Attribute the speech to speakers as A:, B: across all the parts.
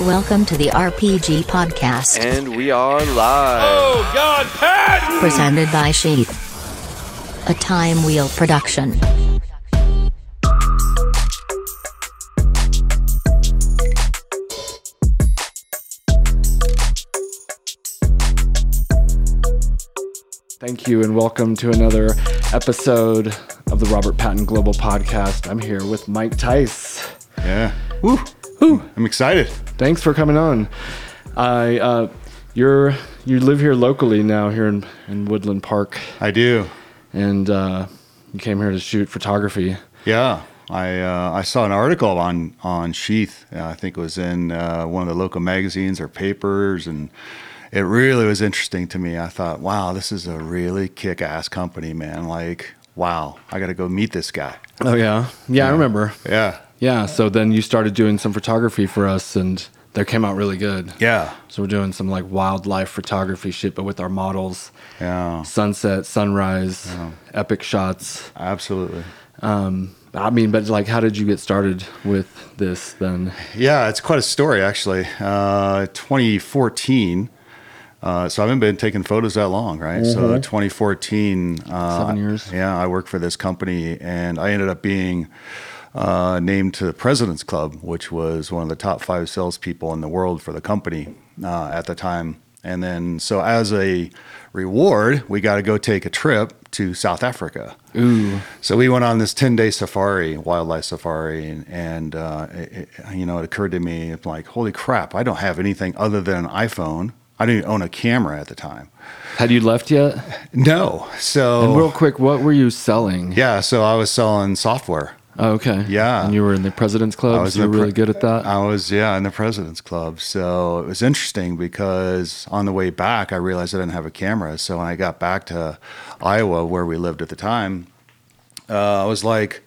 A: Welcome to the RPG Podcast,
B: And we are live.
C: Oh God, Pat!
A: presented by Sheath. A Time Wheel production.
D: Thank you, and welcome to another episode of the Robert Patton Global Podcast. I'm here with Mike Tice.
E: Yeah. Woo. I'm excited.
D: Thanks for coming on. I, uh, you're you live here locally now, here in, in Woodland Park,
E: I do.
D: and uh, you came here to shoot photography.
E: Yeah. I uh, I saw an article on on Sheath. Uh, I think it was in uh, one of the local magazines or papers, and it really was interesting to me. I thought, wow, this is a really kick-ass company, man. Like, wow, I got to go meet this guy.
D: Oh yeah, yeah, I remember.
E: Yeah.
D: Yeah, so then you started doing some photography for us, and that came out really good.
E: Yeah.
D: So we're doing some like wildlife photography shit, but with our models,
E: Yeah.
D: sunset, sunrise, epic shots.
E: Absolutely.
D: I mean, but like, how did you get started with this then?
E: Yeah, it's quite a story actually. Uh, 2014. Uh, so I haven't been taking photos that long, right? So 2014. Uh,
D: Mm-hmm. Seven years.
E: Yeah, I worked for this company, and I ended up being uh, named to the President's Club, which was one of the top five salespeople in the world for the company uh, at the time. And then, so as a reward, we got to go take a trip to South Africa.
D: Ooh,
E: So we went on this 10 day safari, wildlife safari, and, and uh, it, it- you know, it occurred to me, I'm like, holy crap, I don't have anything other than an iPhone. I didn't even own a camera at the time.
D: had you left yet?
E: No. So,
D: And real quick, what were you selling?
E: yeah, so I was selling software.
D: Oh, okay.
E: Yeah.
D: And you were in the president's club.
E: I was
D: so you
E: in
D: were
E: the
D: really
E: pre-
D: good at that.
E: I was, yeah, in the President's Club. So it was interesting because on the way back, I realized I didn't have a camera. So when I got back to Iowa, where we lived at the time, uh, I was like,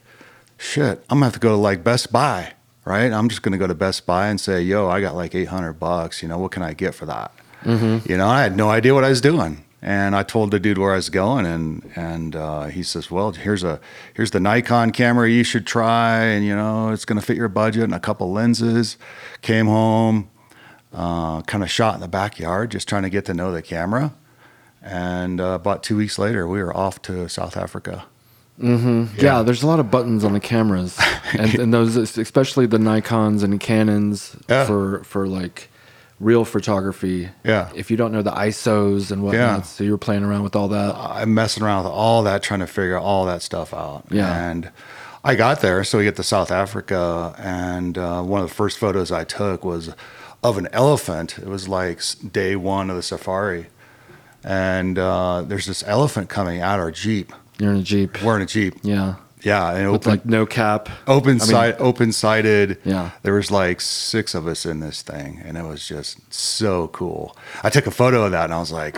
E: shit, I'm gonna have to go to like Best Buy, right? I'm just gonna go to Best Buy and say, yo, I got like 800 bucks. You know, what can I get for that? You know, I had no idea what I was doing. And I told the dude where I was going, and and uh, he says, "Well, here's a here's the Nikon camera you should try, and you know it's gonna fit your budget and a couple lenses." Came home, uh, kind of shot in the backyard, just trying to get to know the camera. And uh, about two weeks later, we were off to South Africa.
D: yeah. there's a lot of buttons on the cameras, and, and those, especially the Nikon's and Canons
E: Yeah.
D: for for like real photography.
E: Yeah.
D: If you don't know the ISOs and whatnot,
E: Yeah. Uh,
D: so you were playing around with all that.
E: I'm messing around with all that, trying to figure all that stuff out.
D: Yeah.
E: And I got there. So we get to South Africa, and uh, one of the first photos I took was of an elephant. It was like s- day one of the safari. And uh, there's this elephant coming out our Jeep.
D: You're in a jeep.
E: We're in a Jeep.
D: Yeah.
E: Yeah. And it
D: With
E: opened,
D: like no cap.
E: open
D: I mean-
E: side open sided
D: Yeah.
E: there was like six of us in this thing and it was just so cool i took a photo of that and i was like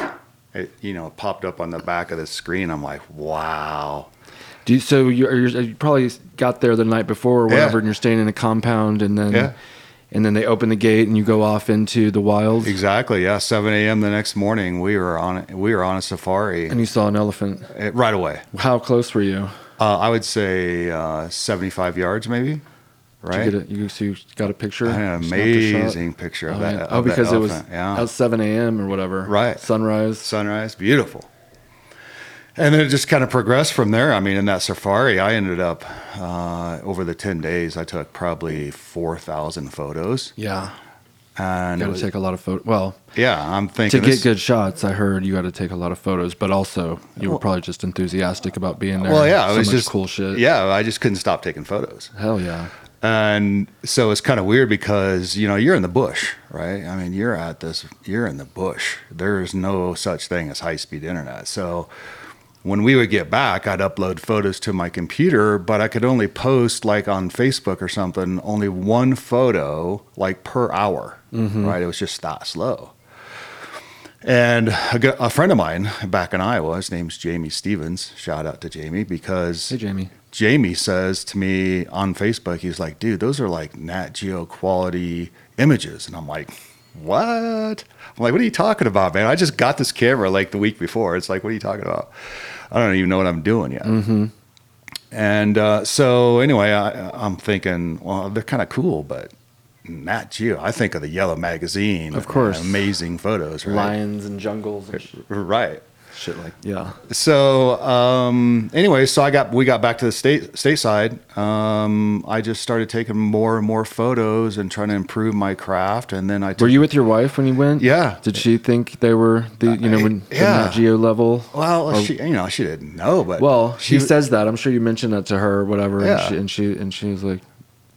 E: it, you know it popped up on the back of the screen i'm like wow
D: Do you, so you you're, you probably got there the night before or whatever,
E: Yeah.
D: and you're staying in a compound, and then
E: Yeah.
D: and then they open the gate and you go off into the wilds,
E: exactly yeah 7 a.m the next morning we were on we were on a safari
D: and you saw an elephant.
E: eh, right away
D: How close were you?
E: uh, i would say uh, 75 yards maybe
D: Did
E: right
D: You, get a, you, so you got a picture.
E: I had an
D: You snapped a shot?
E: amazing picture of
D: Oh,
E: that
D: yeah.
E: of
D: oh,
E: that
D: because it was
E: elephant. yeah.
D: at 7 a.m. or whatever.
E: Right.
D: Sunrise.
E: sunrise, beautiful. And then it just kind of progressed from there. I mean, in that safari, I ended up uh, over the ten days, I took probably four thousand photos,
D: yeah.
E: and it
D: You got to
E: was-
D: take a lot of photos. Well,
E: yeah, I'm
D: to
E: thinking
D: get
E: this-
D: good shots, I heard you got to take a lot of photos, but also you were probably just enthusiastic about being there.
E: Well, yeah, it
D: so
E: was
D: much
E: just
D: cool shit.
E: Yeah, I just couldn't stop taking photos.
D: Hell yeah.
E: and so it's kind of weird because you know you're in the bush right i mean you're at this you're in the bush there's no such thing as high speed internet so when we would get back i'd upload photos to my computer but i could only post like on facebook or something only one photo like per hour right it was just that slow and a, g- a friend of mine back in iowa his name's jamie stevens shout out to jamie because
D: Hey, Jamie.
E: Jamie says to me on Facebook, he's like, dude, those are like Nat Geo quality images. And I'm like, what? I'm like, what are you talking about, man? I just got this camera like the week before. It's like, what are you talking about? I don't even know what I'm doing yet.
D: Mm-hmm.
E: And uh, so, anyway, I, I'm thinking, well, they're kind of cool, but Nat Geo. I think of the Yellow Magazine.
D: Of course.
E: amazing photos, right?
D: Lions and jungles and sh-
E: Right.
D: shit like yeah.
E: So um, anyway, so I got we got back to the state stateside. Um, I just started taking more and more photos and trying to improve my craft. And then I took,
D: Were you with your wife when you went?
E: Yeah.
D: Did she think they were the you know when
E: Yeah.
D: the Nat Geo level?
E: well,
D: Or-
E: she you know she didn't know, but
D: well, she
E: she
D: says that. I'm sure you mentioned that to her, or whatever.
E: Yeah.
D: And she and she and she's like,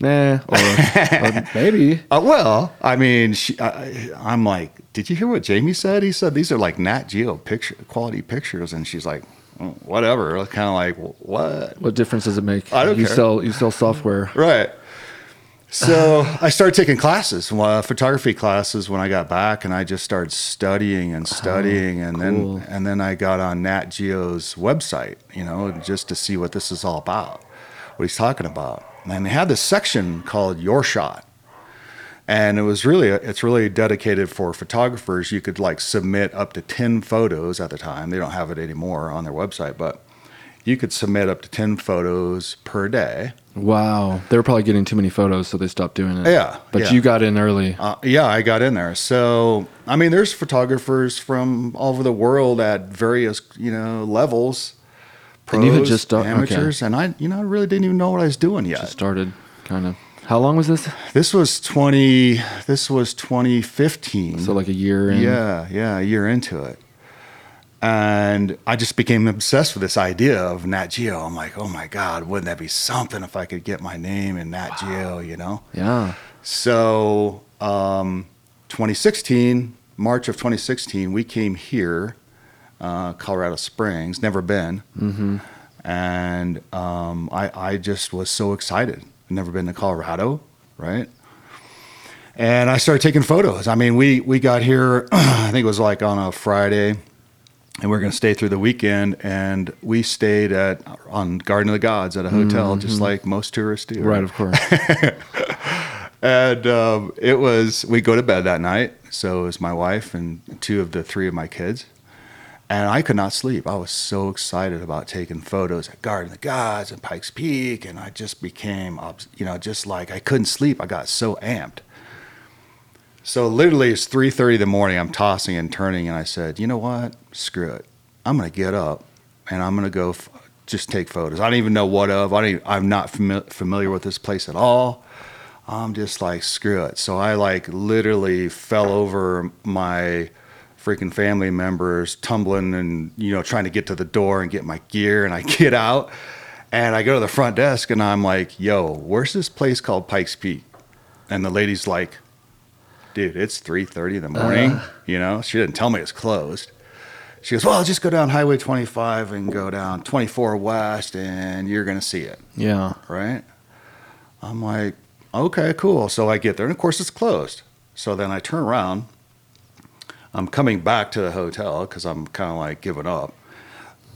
D: nah, or, or maybe.
E: Uh, well, I mean, she, I, I- I'm like, did you hear what Jamie said? He said these are like Nat Geo picture quality pictures, and she's like, "Mm, whatever. Kind of like "Wh- what?
D: What difference does it make?
E: I don't
D: you
E: care.
D: sell you sell software.
E: Right. So I started taking classes, uh, photography classes, when I got back, and I just started studying and studying, and
D: cool.
E: then and then I got on Nat Geo's website, you know, just to see what this is all about, what he's talking about, and they had this section called Your Shot, and it was really it's really dedicated for photographers. You could like submit up to ten photos at the time. They don't have it anymore on their website, but you could submit up to ten photos per day.
D: Wow, they were probably getting too many photos, so they stopped doing it.
E: Yeah,
D: but
E: yeah.
D: you got in early.
E: Uh, yeah, I got in there. So, I mean, there's photographers from all over the world at various, you know, levels.
D: And you had
E: pros,
D: just start- okay.
E: amateurs, and I, you know, I really didn't even know what I was doing yet.
D: Just started kind of. How long was this?
E: this was 20. This was 2015.
D: So like a year in.
E: yeah, yeah, a year into it, and I just became obsessed with this idea of Nat Geo. I'm like, oh my god, wouldn't that be something if I could get my name in Nat Geo? You know.
D: Yeah.
E: So, um, 2016, March of 2016, we came here, uh, Colorado Springs, never been. Mm-hmm. And um, I, I just was so excited. Never been to Colorado, right? And I started taking photos. I mean, we, we got here, I think it was like on a Friday, and we are going to stay through the weekend. And we stayed at on Garden of the Gods at a hotel, just like most tourists do.
D: Right, of course.
E: And um, it was, we go to bed that night. So it was my wife and two of the three of my kids. And I could not sleep. I was so excited about taking photos at Garden of the Gods and Pikes Peak. And I just became, obs- you know, just like I couldn't sleep. I got so amped. So literally it's 3.30 in the morning. I'm tossing and turning. And I said, you know what? Screw it. I'm going to get up and I'm going to go f- just take photos. I don't even know what of. I don't even, I'm not fami- familiar with this place at all. I'm just like, screw it. So I like literally fell over my freaking family members tumbling and, you know, trying to get to the door and get my gear. And I get out and I go to the front desk and I'm like, yo, where's this place called Pikes Peak? And the lady's like, dude, it's 3.30 in the morning. you know, she didn't tell me it's closed. She goes, well, just go down Highway 25 and go down 24 West and you're going to see it
D: yeah.
E: right? I'm like, okay, cool. So I get there, and of course it's closed. So then I turn around. I'm coming back to the hotel because I'm kind of like giving up.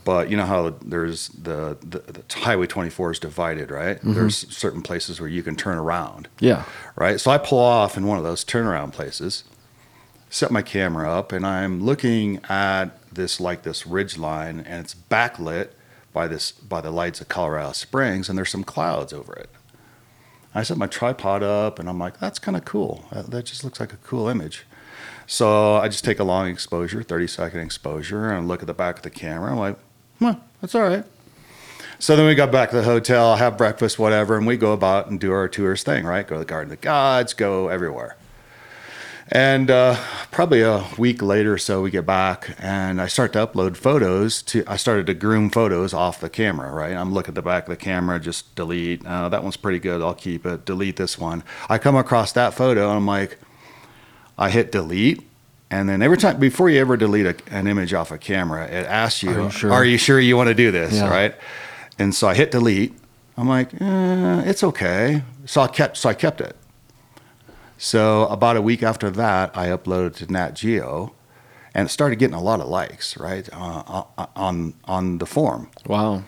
E: But you know how there's the, the, the Highway 24 is divided, right? There's certain places where you can turn around
D: Yeah.
E: right? So I pull off in one of those turnaround places, set my camera up, and I'm looking at this like this ridge line, and it's backlit by this by the lights of Colorado Springs, and there's some clouds over it. I set my tripod up, and I'm like, that's kind of cool. That, that just looks like a cool image. So I just take a long exposure, 30 second exposure, and look at the back of the camera. I'm like, well, that's all right. So then we got back to the hotel, have breakfast, whatever, and we go about and do our tourist thing, right? Go to the Garden of the Gods, go everywhere. And uh, probably a week later or so, we get back and I start to upload photos. To I started to groom photos off the camera, right? I'm looking at the back of the camera, just delete. Uh, that one's pretty good. I'll keep it. Delete this one. I come across that photo and I'm like, I hit delete. And then every time, before you ever delete a, an image off a camera, it asks you,
D: Are
E: Are
D: you
E: you
D: sure?
E: sure you, want to do this?
D: Yeah.
E: Right. And so I hit delete. I'm like, eh, it's okay. So I kept, so I kept it. So about a week after that, I uploaded to Nat Geo, and it started getting a lot of likes, right, uh, on on the form.
D: Wow.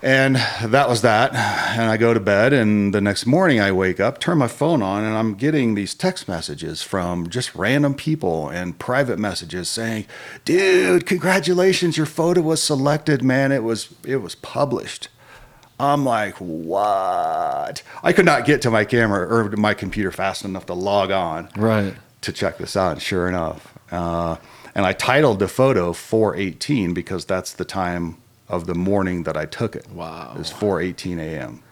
E: And that was that. And I go to bed, and the next morning I wake up, turn my phone on, and I'm getting these text messages from just random people and private messages saying, "Dude, congratulations! Your photo was selected, man. It was it was published." I'm like, what? I could not get to my camera or to my computer fast enough to log on
D: Right.
E: to check this out. And sure enough, uh, and I titled the photo 418 because that's the time of the morning that I took it.
D: Wow.
E: It was 418 a.m.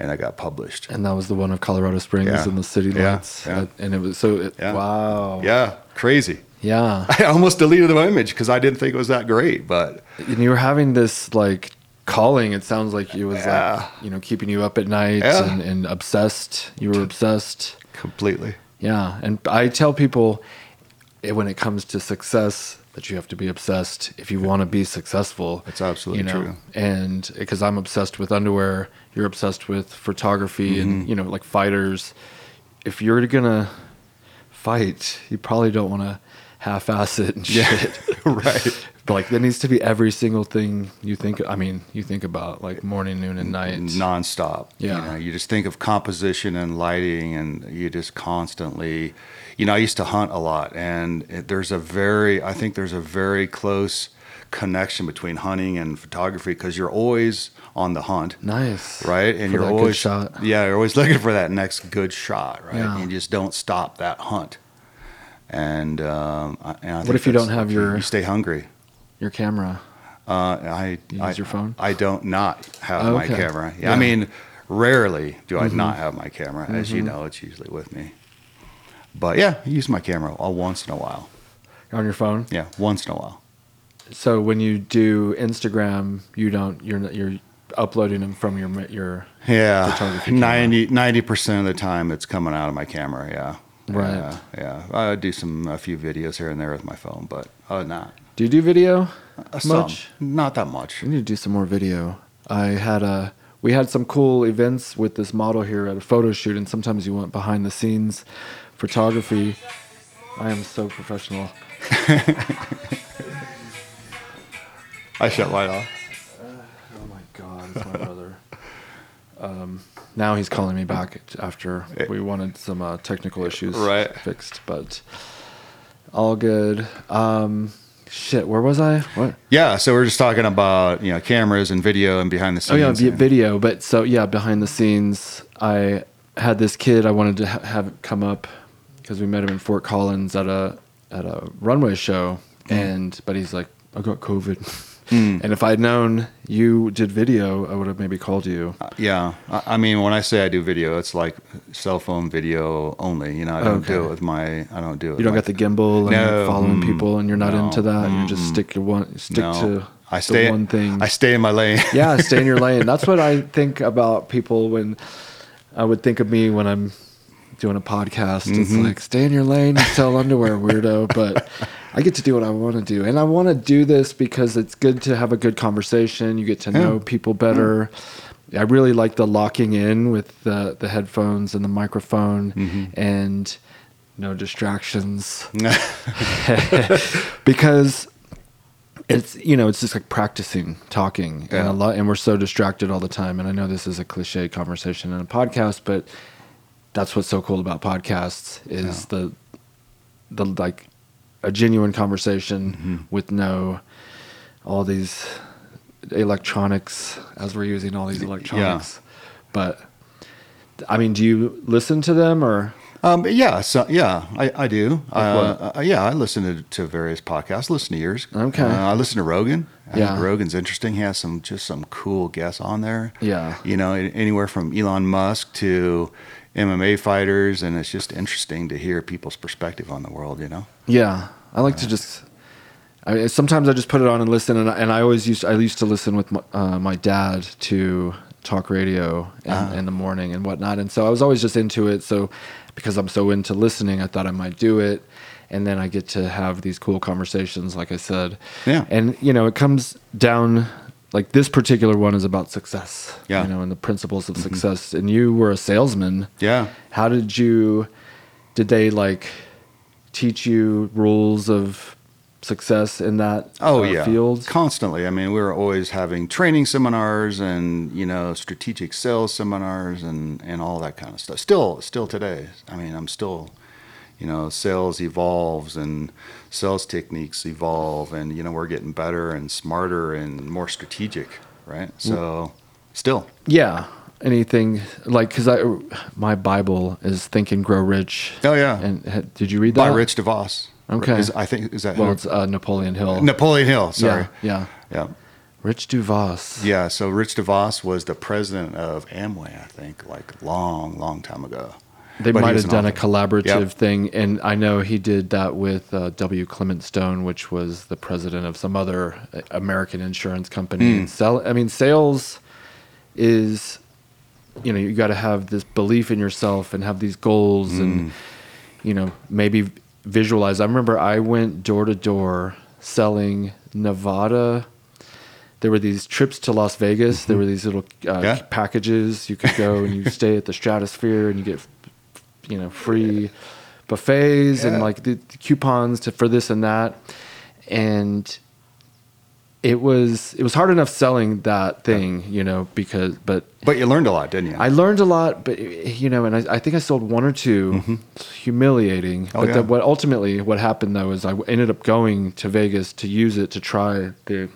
E: And I got published.
D: And that was the one of Colorado Springs
E: Yeah.
D: and the city
E: Yeah,
D: lights.
E: yeah.
D: And it was so, it,
E: Yeah.
D: wow.
E: Yeah, crazy.
D: Yeah.
E: I almost deleted the image because I didn't think it was that great, but
D: And you were having this like calling. It sounds like it was
E: Yeah.
D: like, you know, keeping you up at night
E: Yeah.
D: and, and obsessed. You were obsessed.
E: completely.
D: Yeah. And I tell people eh, when it comes to success that you have to be obsessed if you want to be successful.
E: That's absolutely true.
D: And because I'm obsessed with underwear, you're obsessed with photography
E: Mm-hmm.
D: and, you know, like fighters. If you're going to fight, you probably don't want to half ass it and shit.
E: right.
D: But like there needs to be every single thing you think. I mean, you think about like morning, noon, and night.
E: nonstop.
D: Yeah.
E: You, know, you just think of composition and lighting, and you just constantly, you know, I used to hunt a lot, and it, there's a very, I think there's a very close connection between hunting and photography because you're always on the hunt.
D: nice,
E: Right, and you're
D: For that good
E: always
D: shot.
E: yeah, you're always looking for that next good shot, right?
D: Yeah.
E: You just don't stop that hunt. And, um, I- and I think
D: if you
E: that's
D: don't have
E: the key.
D: your-
E: You stay hungry.
D: Your camera.
E: Uh, I
D: You
E: I,
D: use your phone?
E: I don't not have
D: Oh,
E: my
D: okay.
E: camera.
D: Yeah. Mm-hmm.
E: I mean, rarely do I not have my camera. As you know, it's usually with me. But yeah, I use my camera all once in a while.
D: On your phone.
E: Yeah, once in a while.
D: So when you do Instagram, you don't. You're not- you're uploading them from your your.
E: Yeah,
D: Photography camera.
E: 90 percent of the time it's coming out of my camera. Yeah,
D: Right.
E: Yeah, yeah. I do some a few videos here and there with my phone, but uh, not
D: Do you do video?
E: uh,
D: much.
E: some, not that much.
D: We need to do some more video. I had a we had some cool events with this model here at a photo shoot, and sometimes you want behind the scenes photography. I am so professional.
E: I shut mine off.
D: Oh my god, it's my brother. Um, now he's calling me back after we wanted some uh, technical issues
E: Right.
D: fixed, but all good. Um, shit, where was I? What?
E: Yeah, so we're just talking about you know cameras and video and behind the
D: Oh
E: scenes.
D: yeah, vi-
E: and-
D: video. But so yeah, behind the scenes, I had this kid I wanted to ha- have come up because we met him in Fort Collins at a at a runway show, and but he's like, I got COVID. And if I'd known you did video, I would have maybe called you.
E: Yeah, I I mean, when I say I do video, it's like cell phone video only. You know, I don't do
D: Okay.
E: it with my. I don't do it.
D: You don't
E: with
D: got the gimball and
E: No,
D: following
E: mm,
D: people, and you're not
E: no,
D: into that. You just stick to one, stick
E: no.
D: to
E: I stay
D: the one thing.
E: I stay in my lane.
D: yeah, stay in your lane. That's what I think about people when I would think of me when I'm doing a podcast. It's
E: Mm-hmm.
D: like stay in your lane, you sell underwear, weirdo. But I get to do what I want to do, and I want to do this because it's good to have a good conversation. You get to know people better.
E: Mm-hmm.
D: I really like the locking in with the the headphones and the microphone,
E: Mm-hmm.
D: and no distractions because it's you know it's just like practicing talking and
E: Yeah.
D: a lot and we're so distracted all the time and i know this is a cliche conversation in a podcast but that's what's so cool about podcasts is the the like a genuine conversation with no all these electronics as we're using all these electronics but i mean do you listen to them or
E: um, yeah, so yeah, I, I do. Uh,
D: what?
E: uh, yeah, I listen to, to various podcasts. Listen to yours.
D: Okay.
E: Uh, I listen to Rogan. I think
D: Yeah.
E: Rogan's interesting. He has some just some cool guests on there.
D: Yeah.
E: you know, an- anywhere from Elon Musk to MMA fighters, and it's just interesting to hear people's perspective on the world. You know.
D: Yeah, I like to just. I, sometimes I just put it on and listen, and I, and I always used I used to listen with my, uh, my dad to talk radio in,
E: Uh-huh.
D: in the morning and whatnot, and so I was always just into it. So because I'm so into listening, I thought I might do it, and then I get to have these cool conversations, like I said.
E: Yeah.
D: and you know it comes down like this particular one is about success.
E: Yeah. Mm-hmm.
D: you know, and the principles of success. And you were a salesman.
E: Yeah.
D: How did you did they like teach you rules of success in that
E: oh
D: uh,
E: yeah
D: field?
E: constantly i mean we were always having training seminars and you know strategic sales seminars and and all that kind of stuff still still today i mean i'm still you know sales evolves and sales techniques
D: Mm.
E: evolve and you know we're getting better and smarter and more strategic right so still.
D: Yeah. Anything like because I my Bible is Think and Grow Rich.
E: Oh, yeah.
D: And ha- did you read
E: By
D: that?
E: Rich DeVos.
D: Okay.
E: Is, I think, is that
D: Well,
E: who-
D: it's uh, Napoleon Hill.
E: Napoleon Hill. Sorry.
D: Yeah, yeah.
E: Yeah.
D: Rich DuVos.
E: Yeah. So Rich DeVos was the president of Amway, I think, like long, long time ago.
D: They
E: But he
D: might
E: was
D: have
E: an
D: done a
E: author.
D: collaborative
E: Yep.
D: thing, and I know he did that with uh, W. Clement Stone, which was the president of some other uh, American insurance
E: Hmm.
D: company. And Sell, I mean, sales is, you know, you got to have this belief in yourself and have these goals,
E: Hmm.
D: and you know, maybe visualize. I remember I went door to door selling Nevada. There were these trips to Las Vegas. There were these little uh,
E: Mm-hmm. Yeah.
D: packages you could go and you stay at the Stratosphere and you get you know free buffets and
E: Yeah.
D: like the, the coupons to, for this and that and it was it was hard enough selling that thing you know because but
E: But you learned a lot, didn't you?
D: i learned a lot but you know and i, I think i sold one or 2 It's humiliating
E: Mm-hmm. Oh,
D: but the,
E: yeah.
D: what ultimately what happened though is i ended up going to vegas to use it to try the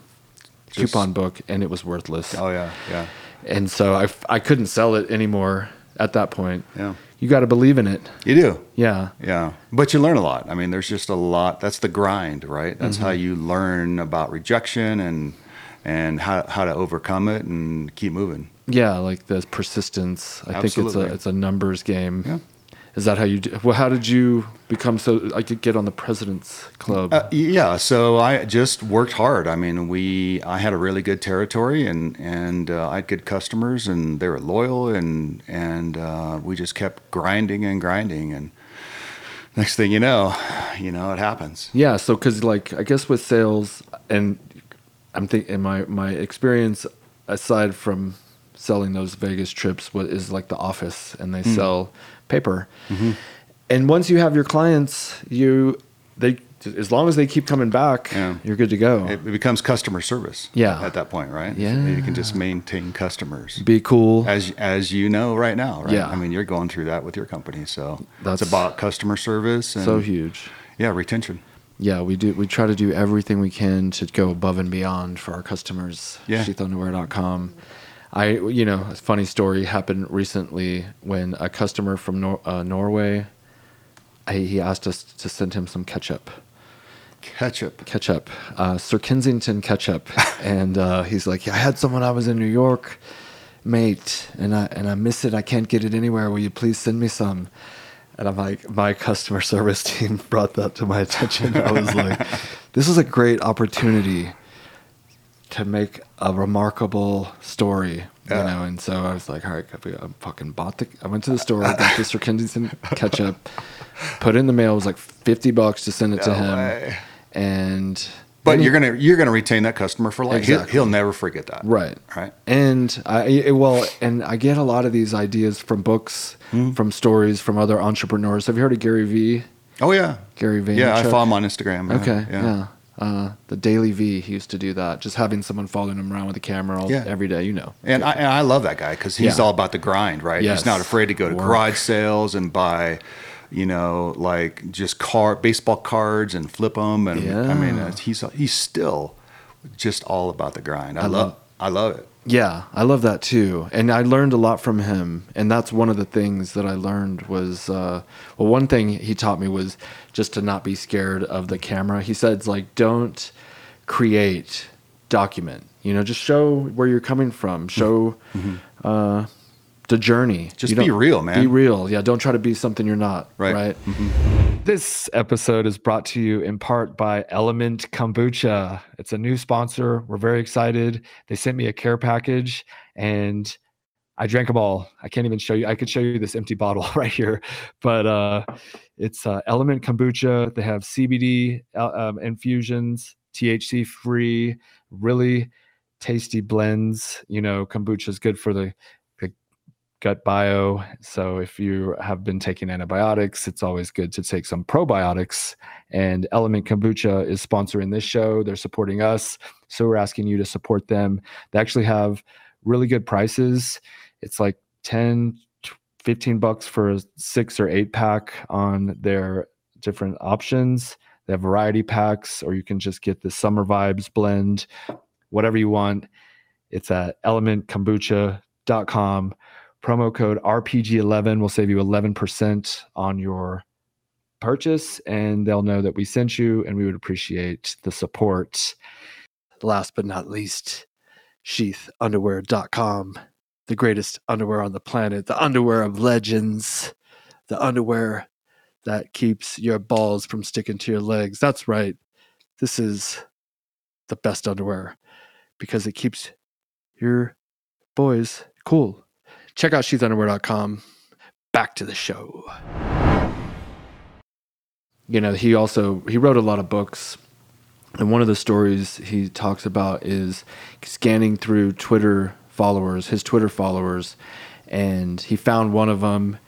E: Just-
D: coupon book and it was worthless
E: oh, yeah. Yeah.
D: and so I, I couldn't sell it anymore at that point
E: Yeah.
D: you got to believe in it
E: You do.
D: yeah
E: Yeah. But you learn a lot. I mean, there's just a lot. That's the grind, right? That's how you learn about rejection and and how, how to overcome it and keep moving.
D: Yeah, like the persistence. I think it's
E: Absolutely.
D: a it's a numbers game.
E: Yeah.
D: Is that how you? Do, well, how did you become so? I could get on the president's club.
E: Uh, yeah, so I just worked hard. I mean, we I had a really good territory, and and uh, I had good customers, and they were loyal, and and uh, we just kept grinding and grinding, and next thing you know, you know it happens.
D: yeah, so because like I guess with sales and I'm thinking my my experience aside from selling those Vegas trips what is like the office and
E: Hmm.
D: they sell paper.
E: Mm-hmm.
D: And once you have your clients, you they as long as they keep coming back,
E: Yeah.
D: you're good to go.
E: It becomes customer service.
D: Yeah.
E: at that point, right?
D: Yeah.
E: you can just maintain customers.
D: Be cool.
E: as as you know right now, right?
D: Yeah.
E: I mean, you're going through that with your company, so
D: That's-
E: that's it's about customer service and
D: so huge.
E: yeah, retention.
D: yeah, we do. We try to do everything we can to go above and beyond for our customers.
E: Yeah.
D: Sheathunderwear.com. I, you know, a funny story happened recently when a customer from Nor- uh, Norway, I, he asked us to send him some ketchup,
E: Ketchup.
D: ketchup, uh, Sir Kensington ketchup, and uh, he's like, I had someone I was in New York, mate, and I and I miss it. I can't get it anywhere. Will you please send me some? And I'm like, my customer service team brought that to my attention. I was like, this is a great opportunity to make a remarkable story, you
E: Yeah.
D: know. And so I was like, all right, I fucking bought the. I went to the store, got the Sir Kensington ketchup, put it in the mail. It was like fifty bucks to send it to
E: No
D: him,
E: way.
D: and
E: But you're gonna you're gonna retain that customer for life. He'll-
D: Exactly.
E: He'll, never forget that.
D: Right.
E: Right.
D: And I it- well, and I get a lot of these ideas from books,
E: Hmm.
D: from stories from other entrepreneurs. Have you heard of Gary Vee?
E: Oh yeah.
D: Gary Vaynerchuk.
E: Yeah, I follow him on Instagram. yeah,
D: Okay.
E: Yeah.
D: Yeah. Uh, the Daily V, he used to do that. Just having someone following him around with a camera all,
E: Yeah.
D: every day, you know.
E: And, I, and I love that guy because he's
D: Yeah.
E: all about the grind, right?
D: Yes.
E: He's not afraid to go to
D: Work.
E: garage sales and buy, you know, like just car baseball cards and flip them. And I mean,
D: Yeah.
E: uh, he's he's still just all about the grind. I, love,
D: love-
E: I love it.
D: Yeah, I love that too, and I learned a lot from him. And that's one of the things that I learned was, uh, well, one thing he taught me was just to not be scared of the camera. He said, it's like, don't create, document. You know, just show where you're coming from. Show uh, the journey.
E: Mm-hmm. Just
D: You
E: be
D: don't-
E: real, man.
D: Be real. Yeah, don't try to be something you're not.
E: Right.
D: This episode is brought to you in part by Element Kombucha. It's a new sponsor. We're very excited. They sent me a care package and I drank them all. I can't even show you. I could show you this empty bottle right here, but uh, it's uh, Element Kombucha. They have CBD uh, um, infusions, THC free, really tasty blends. You know, kombucha is good for the gut bio. So if you have been taking antibiotics, it's always good to take some probiotics. And Element Kombucha is sponsoring this show. They're supporting us. So we're asking you to support them. They actually have really good prices. It's like 10, 15 bucks for a six or eight pack on their different options. They have variety packs, or you can just get the summer vibes blend, whatever you want
C: It's at elementkombucha.com. Promo code RPG11 will save you 11% on your purchase, and they'll know that we sent you, and we would appreciate the support.
D: Last but not least, sheathunderwear.com, the greatest underwear on the planet, the underwear of legends, the underwear that keeps your balls from sticking to your legs. That's right. This is the best underwear because it keeps your boys cool. Check out sheathunderwear.com. Back to the show. You know, he also he wrote a lot of books. And one of the stories he talks about is scanning through Twitter followers, his Twitter followers, and he found one of them.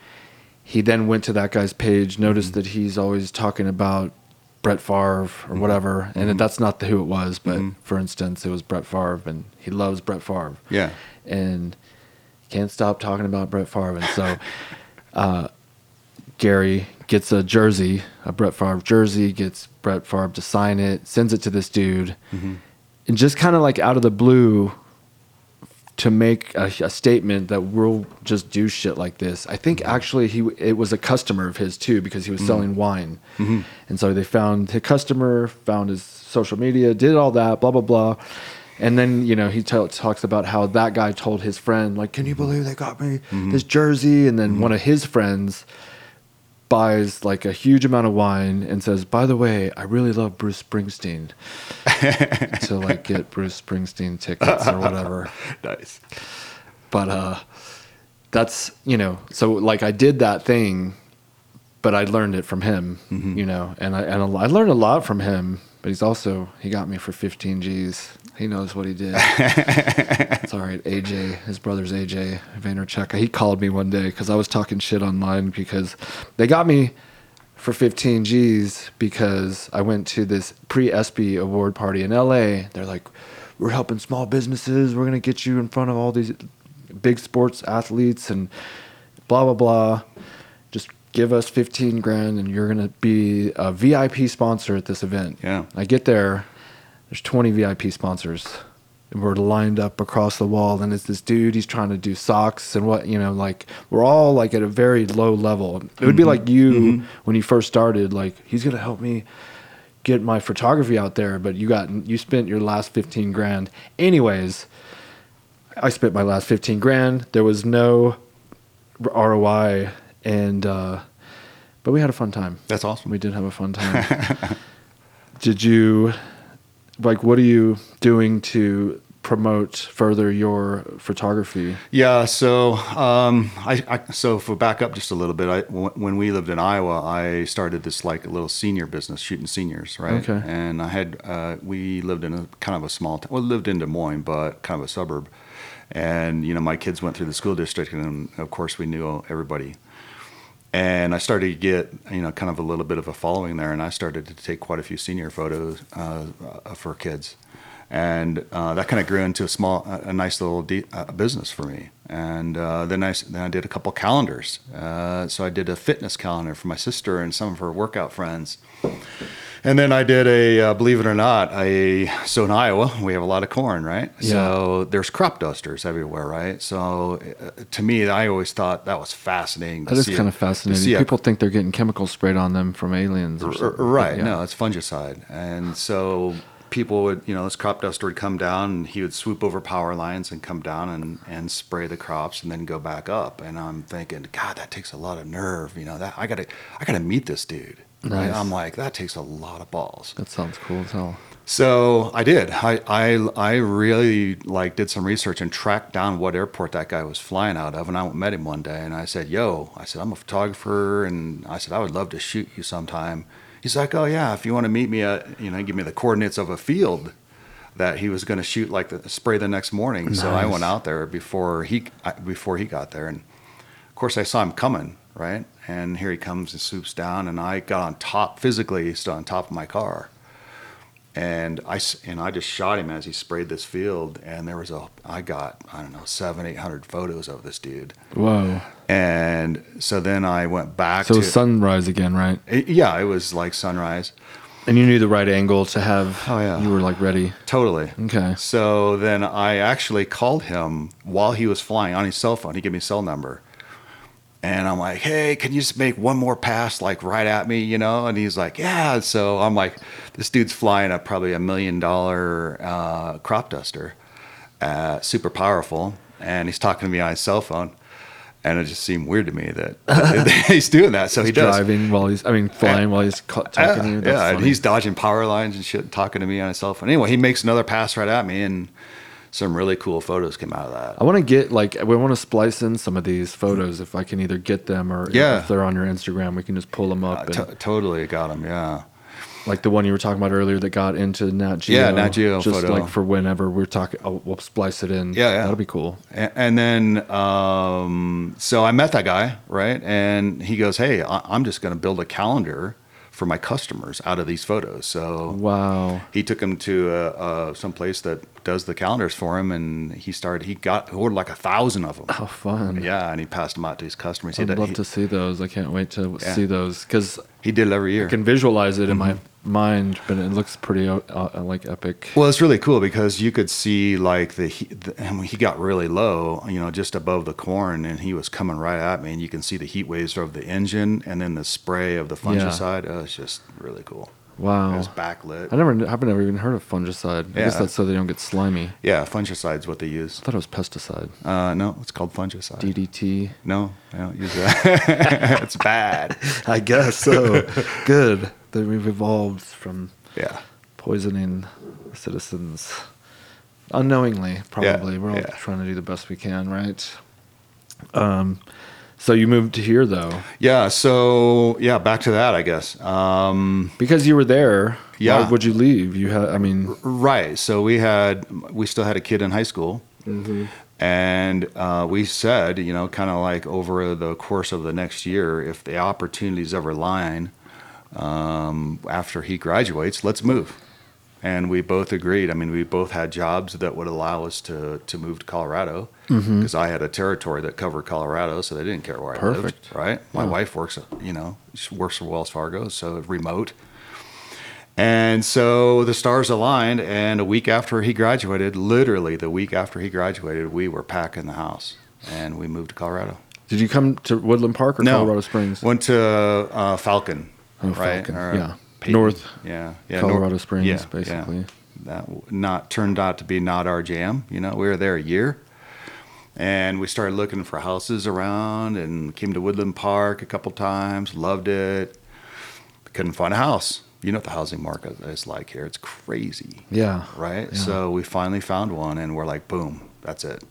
D: He then went to that guy's page, noticed that he's always talking about Brett Favre or whatever, and that's not the, who it was, but for instance, it was Brett Favre, and he loves Brett Favre.
E: Yeah.
D: And can't stop talking about Brett Favre. And so uh, Gary gets a jersey, a Brett Favre jersey, gets Brett Favre to sign it, sends it to this dude, and just kind of like out of the blue to make a, a statement that we'll just do shit like this. I think actually he it was a customer of his too because he was selling wine, and so they found the customer, found his social media, did all that, blah blah blah, and then you know he tell talks about how that guy told his friend like, "Can you believe they got me this jersey?" And then one of his friends buys like a huge amount of wine and says, "By the way, I really love Bruce Springsteen," to like get Bruce Springsteen tickets or whatever
E: Nice.
D: but uh that's you know so like i did that thing but i learned it from him you know and i and a, i learned a lot from him but he's also he got me for 15 g's he knows what he did it's all right aj his brother's aj vaynerchuk he called me one day because i was talking shit online because they got me for 15 G's because I went to this pre ESPY award party in LA. They're like, we're helping small businesses. We're going to get you in front of all these big sports athletes and blah, blah, blah. Just give us 15 grand and you're going to be a VIP sponsor at this event.
E: Yeah.
D: I get there, there's 20 VIP sponsors. And we're lined up across the wall, and it's this dude. He's trying to do socks and what you know. Like we're all like at a very low level. It would be like you when you first started. Like he's gonna help me get my photography out there, but you got you spent your last fifteen grand. Anyways, I spent my last fifteen grand. There was no ROI, and uh, but we had a fun time.
E: That's awesome.
D: We did have a fun time. did you like what are you doing to promote further your photography?
E: Yeah, so um, I, I so if we back up just a little bit, I w when we lived in Iowa, I started this like a little senior business shooting seniors, right?
D: Okay.
E: And I had uh, we lived in a kind of a small town. Well, lived in Des Moines, but kind of a suburb. And you know, my kids went through the school district, and of course, we knew everybody. And I started to get you know kind of a little bit of a following there, and I started to take quite a few senior photos uh, uh, for kids and uh, that kind of grew into a small, a, a nice little de- uh, business for me. And uh, then I s- then I did a couple calendars. Uh, so I did a fitness calendar for my sister and some of her workout friends. And then I did a, uh, believe it or not, a so in Iowa we have a lot of corn, right? So there's crop dusters everywhere, right? So uh, to me, I always thought that was fascinating. to
D: That is
E: see a-
D: kind of
E: to
D: fascinating.
E: see a
D: People think they're getting chemicals sprayed on them from aliens or
E: R-
D: something.
E: r- right.
D: Yeah.
E: No, it's fungicide. And so people would, you know, this crop duster would come down and he would swoop over power lines and come down and, and spray the crops and then go back up. And I'm thinking, God, that takes a lot of nerve. You know, that I gotta, I gotta meet this dude. Right?
D: Nice.
E: I'm like, that takes a lot of balls.
D: That sounds cool as hell.
E: So I did. I, I I really like did some research and tracked down what airport that guy was flying out of. And I met him one day and I said, "Yo," I said, "I'm a photographer," and I said, "I would love to shoot you sometime." He's like, "Oh yeah, if you want to meet me, at, you know, give me the coordinates of a field that he was going to shoot like the spray the next morning." So I went out there before he I- before he got there and of course, I saw him coming, right? And here he comes and swoops down, and I got on top physically, stood on top of my car, and I s- and I just shot him as he sprayed this field, and there was a I got I don't know seven eight hundred photos of this dude,
D: Whoa.
E: and so then I went back
D: So
E: to
D: sunrise again, right?
E: it- yeah, it was like sunrise.
D: And you knew the right angle to have.
E: Oh, yeah.
D: You were like ready.
E: Totally.
D: Okay.
E: So then I actually called him while he was flying on his cell phone. He gave me his cell number. And I'm like, hey, can you just make one more pass, like right at me, you know? And he's like, yeah. So I'm like, this dude's flying a probably a million dollar uh, crop duster, uh, super powerful. And he's talking to me on his cell phone. And it just seemed weird to me that, that he's doing that. So he
D: He's
E: does. Uh,
D: driving while he's, I mean, flying while he's ca- talking to you.
E: Yeah,
D: That's
E: yeah and
D: funny.
E: he's dodging power lines and shit, talking to me on his cell phone. Anyway, he makes another pass right at me, and some really cool photos came out of that.
D: I want to get like we want to splice in some of these photos if I can either get them or
E: Yeah. Uh,
D: if they're on your Instagram, we can just pull them up.
E: T-
D: and,
E: totally got him. Yeah,
D: like the one you were talking about earlier that got into Nat Geo.
E: Yeah, Nat Geo
D: Just
E: photo.
D: like for whenever we're talking, oh, we'll splice it in.
E: Yeah, yeah.
D: that'll be cool.
E: and, and then um, so I met that guy, right? And he goes, "Hey, I- I'm just going to build a calendar for my customers out of these photos." So
D: Wow.
E: he took him to uh, uh, some place that does the calendars for him, and he started. He got he ordered like a thousand of them.
D: How fun.
E: Yeah, and he passed them out to his customers. He,
D: Oh. I'd
E: did-
D: love
E: he,
D: to see those. I can't wait to
E: Yeah.
D: see those because
E: he did it every year.
D: I can visualize it in my mind, but it looks pretty uh, uh, like epic.
E: Mm-hmm. Well, it's really cool because you could see like the, he- the and when he got really low, you know, just above the corn, and he was coming right at me, and you can see the heat waves of the engine, and then the spray of the fungicide. Oh, it's just really cool. It
D: Wow.
E: was backlit.
D: Oh. I never, I've never even heard of fungicide. I guess
E: Yeah.
D: that's so they don't get slimy. I
E: yeah, fungicide's what they use.
D: thought it was pesticide.
E: Uh, no, it's called fungicide.
D: DDT.
E: No, I don't use that. it's bad.
D: I guess so. Good that we've evolved from
E: Yeah.
D: poisoning citizens unknowingly. Probably we're all
E: yeah.
D: trying to do the best we can, right? Um, so you moved to here though
E: Yeah. So yeah, back to that, I guess. Um,
D: because you were there.
E: Yeah.
D: Why would you leave? You had, I mean,
E: Right. So we had, we still had a kid in high school.
D: Mm-hmm.
E: And uh, we said, you know, kind of like over the course of the next year, if the opportunities ever line um, after he graduates, let's move. And we both agreed. I mean, we both had jobs that would allow us to, to move to Colorado because I had a territory that covered Colorado, so they didn't care where I lived.
D: Perfect.
E: Right. My wife works, you know, she works for Wells Fargo, so remote. And so the stars aligned, and a week after he graduated, literally the week after he graduated, we were packing the house and we moved to Colorado.
D: did you come to Woodland Park or Colorado Springs?
E: Went to uh, Falcon,
D: Oh,
E: right?
D: Falcon,
E: Or
D: yeah.
E: Peyton.
D: North
E: yeah, yeah,
D: Colorado
E: North-
D: Springs,
E: yeah, yeah.
D: basically.
E: That w- not turned out to be not our jam. You know, we were there a year, and we started looking for houses around, and came to Woodland Park a couple times. Loved it. Couldn't find a house. You know what the housing market is like here. It's crazy
D: Yeah.
E: right?
D: Yeah.
E: So we finally found one, and we're like, boom, that's it,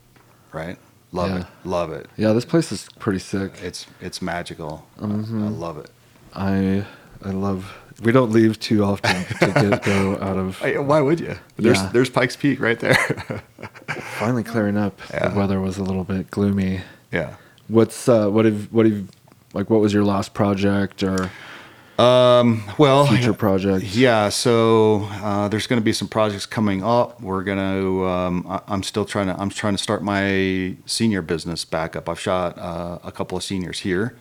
E: right? Love it, love it.
D: Yeah, this place is pretty sick.
E: It's it's magical. I-
D: Mm-hmm.
E: I love it.
D: I I love. We don't leave too often to get go out of.
E: why would you?
D: There's- Yeah.
E: there's Pikes Peak right there.
D: Finally clearing up.
E: Yeah.
D: The weather was a little bit gloomy.
E: yeah.
D: What's uh, what have what have like what was your last project or
E: Well,
D: future project?
E: Yeah, so uh, there's going to be some projects coming up. We're gonna. Um, I, I'm still trying to. I'm trying to start my senior business back up. I've shot uh, a couple of seniors here,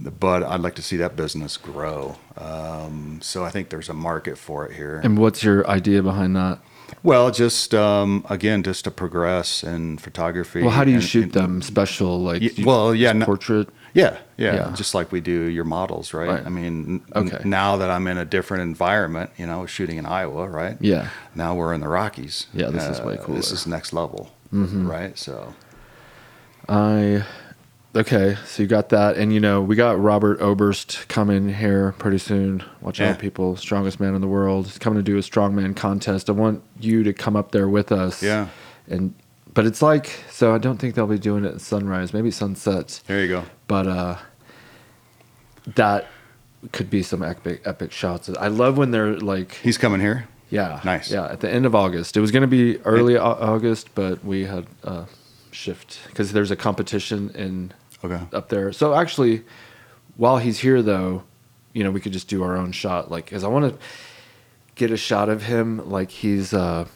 E: but I'd like to see that business grow. Um, so I think there's a market for it here.
D: And what's your idea behind that?
E: Well, just um, again, just to progress in photography.
D: Well, how do you
E: and-
D: shoot
E: and-
D: them? Special like
E: Y-
D: you-
E: well, yeah, no-
D: portrait.
E: Yeah, yeah,
D: Yeah.
E: just like we do your models, right?
D: Right.
E: I mean, n-
D: Okay.
E: n- now that I'm in a different environment, you know, I was shooting in Iowa, right?
D: Yeah.
E: Now we're in the Rockies. Uh,
D: Yeah, this is way cooler. Mm-hmm.
E: This is next level, right? So,
D: I okay, so you got that, and you know we got Robert Oberst coming here pretty soon. Watch
E: Yeah.
D: out, people! Strongest man in the world. He's coming to do a strongman contest. I want you to come up there with us.
E: Yeah.
D: and but it's like so. I don't think they'll be doing it at sunrise, maybe sunset,
E: there you go.
D: but uh, that could be some epic epic shots. I love when they're like
E: He's coming here.
D: yeah.
E: Nice.
D: Yeah, at the end of August. It was going to be early Au- August, but we had a shift because there's a competition in
E: Okay.
D: up there. So actually, while he's here, though, you know, we could just do our own shot. Like, because I want to get a shot of him, like he's uh,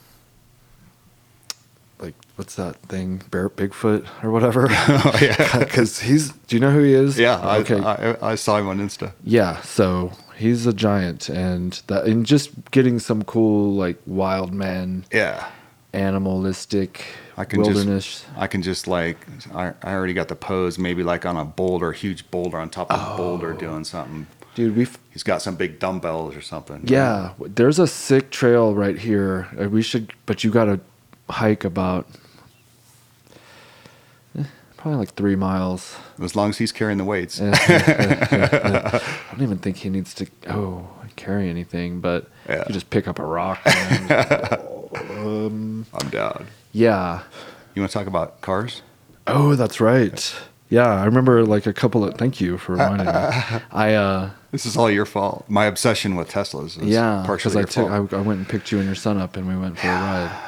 D: like
C: what's that thing, Bear, Bigfoot or whatever?
E: Oh, yeah.
C: Because he's. Do you know who he is?
E: Yeah,
C: Okay.
E: I, I, I saw him on Insta.
C: yeah. So he's a giant, and that, and just getting some cool like wild man,
E: Yeah,
C: animalistic
E: I can
C: wilderness.
E: just I can just like I, I already got the pose, maybe like on a boulder, huge boulder on top of a boulder,
D: Oh.
E: doing something.
C: Dude, we've
E: He's got some big dumbbells or something.
C: Yeah, w- there's a sick trail right here. Uh, We should, but you got to hike about eh, probably like three miles.
E: as long as he's carrying the weights.
C: Eh, eh, eh, eh, eh. I don't even think he needs to. Oh, carry anything, but
E: Yeah.
C: you just pick up a rock. man.
E: I'm down.
C: yeah.
E: You want to talk about cars?
C: Oh, that's right. Yeah, I remember like a couple of. Thank you for reminding me. I uh.
E: This is all your fault. My obsession with Teslas is
C: Yeah,
E: partially
C: I
E: your
C: took I,
E: fault.
C: I went and picked you and your son up, and we went for a ride.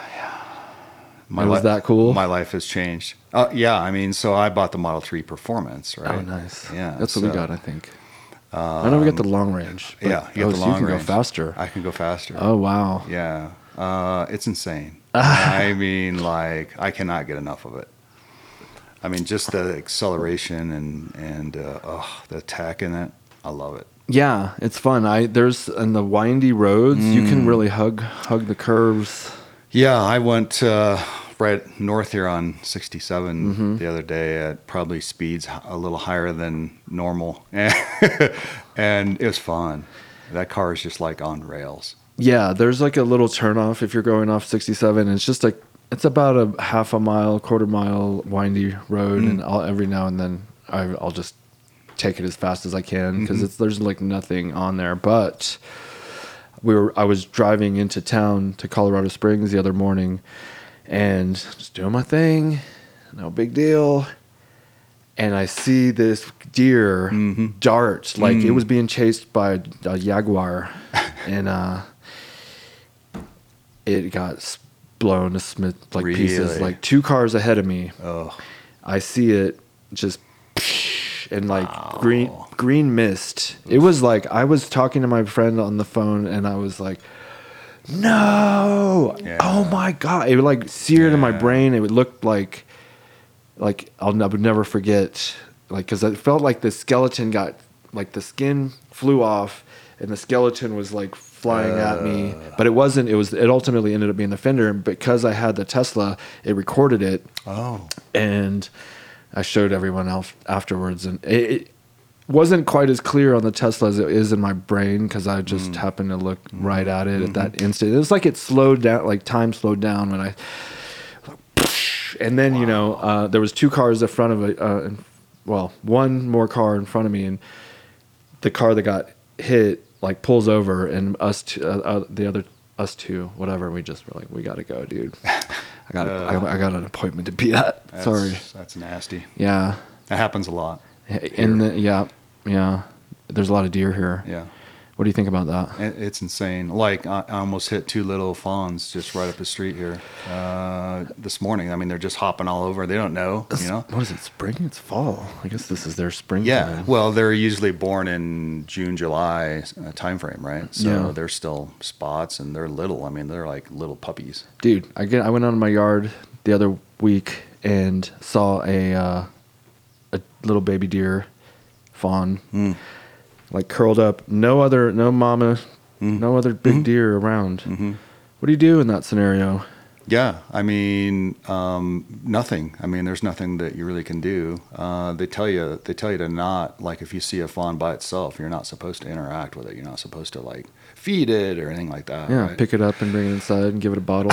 E: my
C: was
E: li-
C: that cool?
E: My life has changed. Uh, yeah, I mean, so I bought the Model 3 Performance, right?
C: Oh, nice.
E: Yeah.
C: that's what we
E: so- um,
C: got. I think. I know we got the long range. but-
E: Yeah, you got
C: oh,
E: the
C: so
E: long
C: you can
E: range.
C: go faster.
E: I can go faster.
C: oh wow.
E: Yeah. Uh, it's insane. I mean, like, I cannot get enough of it. I mean, just the acceleration and, and uh, oh, the attack in it. I love it.
C: Yeah, it's fun. I there's in the windy roads, you can
E: Mm.
C: really hug hug the curves.
E: Yeah, I went uh, right north here on 67
C: Mm-hmm.
E: the other day at probably speeds h- a little higher than normal. and it was fun. That car is just like on rails.
C: Yeah, Uh, there's like a little turnoff if you're going off 67. It's just like it's about a half a mile, quarter mile windy road,
E: Mm.
C: and I'll, every now and then I, I'll just take it as fast as I can because it's there's like nothing on there. But we were I was driving into town to Colorado Springs the other morning, and just doing my thing, no big deal. And I see this deer dart like it was being chased by a, a jaguar, and uh, it got s- blown to smith like pieces.
E: Really?
C: Like two cars ahead of me,
E: Oh,
C: I see it just and like green green mist. It was like I was talking to my friend on the phone and I was like no.
E: Yeah.
C: Oh my god. It like seared in my
E: Yeah.
C: brain. It looked like like I'll n- I would never forget like cuz it felt like the skeleton got like the skin flew off and the skeleton was like flying at me
E: Uh.
C: but it wasn't it was it ultimately ended up being the fender and because I had the Tesla it recorded it
E: oh,
C: and I showed everyone else afterwards, and it, it wasn't quite as clear on the Tesla as it is in my brain because I just
E: Mm.
C: happened to look
E: Mm-hmm.
C: right at it at that instant. It was like it slowed down, like time slowed down when I, and then you know uh, there was two cars in front of a, uh, in- well, one more car in front of me, and the car that got hit like pulls over, and us t- uh, uh, the other us two whatever we just were like we gotta go dude i got I, I got an appointment to be at
E: that's,
C: sorry
E: That's nasty.
C: yeah.
E: That happens a lot.
C: In the yeah, yeah. There's a lot of deer here.
E: Yeah.
C: What do you think about that?
E: It- It's insane. Like I I almost hit two little fawns just right up the street here uh, this morning. I mean, they're just hopping all over. They don't know, you know.
C: What is it? Spring? It's fall. I guess this is their spring.
E: Yeah.
C: time.
E: Well, they're usually born in June, July uh, timeframe, right? So
C: Yeah.
E: they're still spots and they're little. I mean, they're like little puppies.
C: dude. I get. I went out in my yard the other week and saw a uh, a little baby deer, fawn, like curled up. No other. No mama.
E: Mm-hmm.
C: No other big deer around. What do you do in that scenario?
E: Yeah, I mean, um, nothing. I mean, there's nothing that you really can do. Uh, they tell you, they tell you to not like if you see a fawn by itself, you're not supposed to interact with it. You're not supposed to like feed it or anything like that.
C: Yeah,
E: right?
C: pick it up and bring it inside and give it a bottle.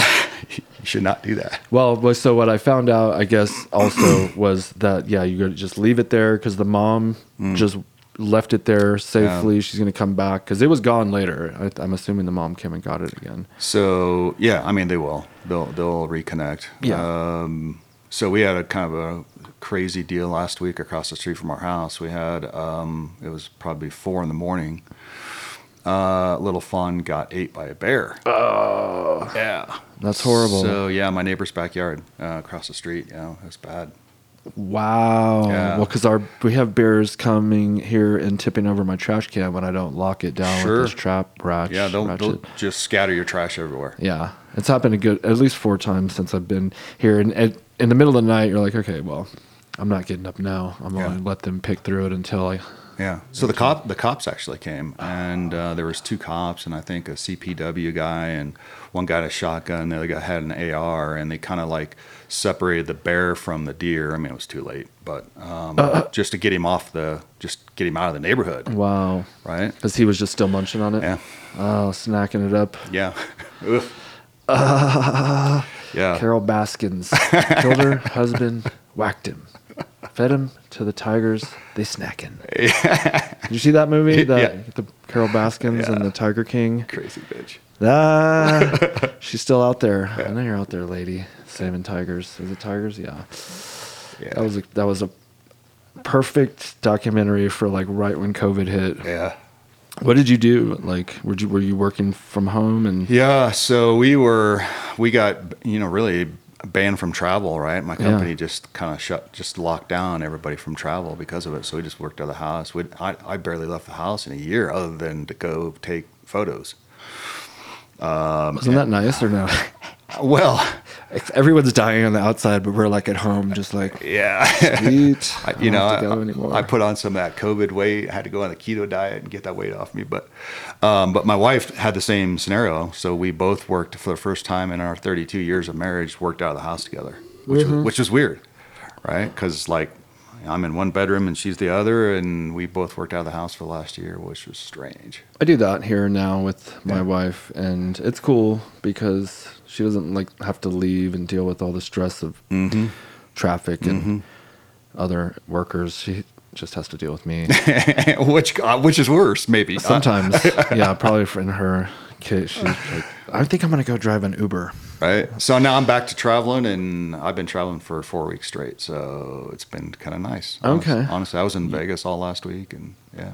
E: you should not do that.
C: Well, well, so what I found out, I guess, also was that yeah, you gotta just leave it there because the mom just left it there safely. She's gonna come back because it was gone later. I, I'm assuming the mom came and got it again.
E: So yeah, I mean, they will. They'll they'll reconnect.
C: Yeah.
E: Um, so we had a kind of a crazy deal last week across the street from our house. We had um, it was probably four in the morning. Uh, little fawn got ate by a bear. Oh, yeah.
C: That's horrible.
E: So yeah, my neighbor's backyard uh, across the street. Yeah, it was bad.
C: Wow.
E: Yeah.
C: Well, because our we have bears coming here and tipping over my trash can when I don't lock it down
E: Sure.
C: with this trap ratchet.
E: Yeah, don't,
C: ratchet.
E: don't just scatter your trash everywhere.
C: Yeah, it's happened a good at least four times since I've been here. And at, in the middle of the night, you're like, okay, well, I'm not getting up now. I'm
E: Yeah.
C: gonna let them pick through it until I.
E: Yeah. So the cop, the cops actually came, and uh, there was two cops, and I think a CPW guy, and one guy had a shotgun, the other guy had an AR, and they kind of like separated the bear from the deer. I mean, it was too late, but um, just to get him off the, just get him out of the neighborhood,
C: Wow,
E: right?
C: because he was just still munching on it.
E: Yeah.
C: Oh, snacking it up.
E: Yeah. Ugh. yeah.
C: Carol Baskins killed her husband, whacked him, fed him to the tigers. They snacking. Did you see that movie? The,
E: Yeah.
C: the Carol Baskins and the Tiger King.
E: Crazy bitch.
C: Ah, she's still out there. I know you're out there, lady, saving tigers. Is it tigers? Yeah.
E: Yeah.
C: That was a, that was a perfect documentary for like right when COVID hit.
E: yeah.
C: What did you do? Like, were you were you working from home and
E: Yeah, so we were we got you know really banned from travel, right? My company just kind of shut, just locked down everybody from travel because of it. So we just worked out of the house. We I, I barely left the house in a year, other than to go take photos. Oh, Um,
C: wasn't that nice or no?
E: Well,
C: Everyone's dying on the outside, but we're like at home, just like
E: yeah,
C: eat.
E: I, you know,
C: have to go
E: I,
C: anymore.
E: I put on some of that COVID weight. I had to go on the keto diet and get that weight off me. But, um, but my wife had the same scenario. So we both worked for the first time in our 32 years of marriage. Worked out of the house together, which
C: Mm-hmm.
E: was, which was weird, right? Because like I'm in one bedroom and she's the other, and we both worked out of the house for the last year, which was strange.
C: I do that here now with my wife, and it's cool because she doesn't like have to leave and deal with all the stress of traffic and other workers. She just has to deal with me
E: which uh, which is worse, maybe.
C: sometimes. yeah, probably for in her case, she's like, I think I'm gonna go drive an Uber.
E: right? So now I'm back to traveling, and I've been traveling for four weeks straight. So it's been kind of nice. Honest-
C: Okay.
E: Honestly, I was in Vegas all last week, and yeah,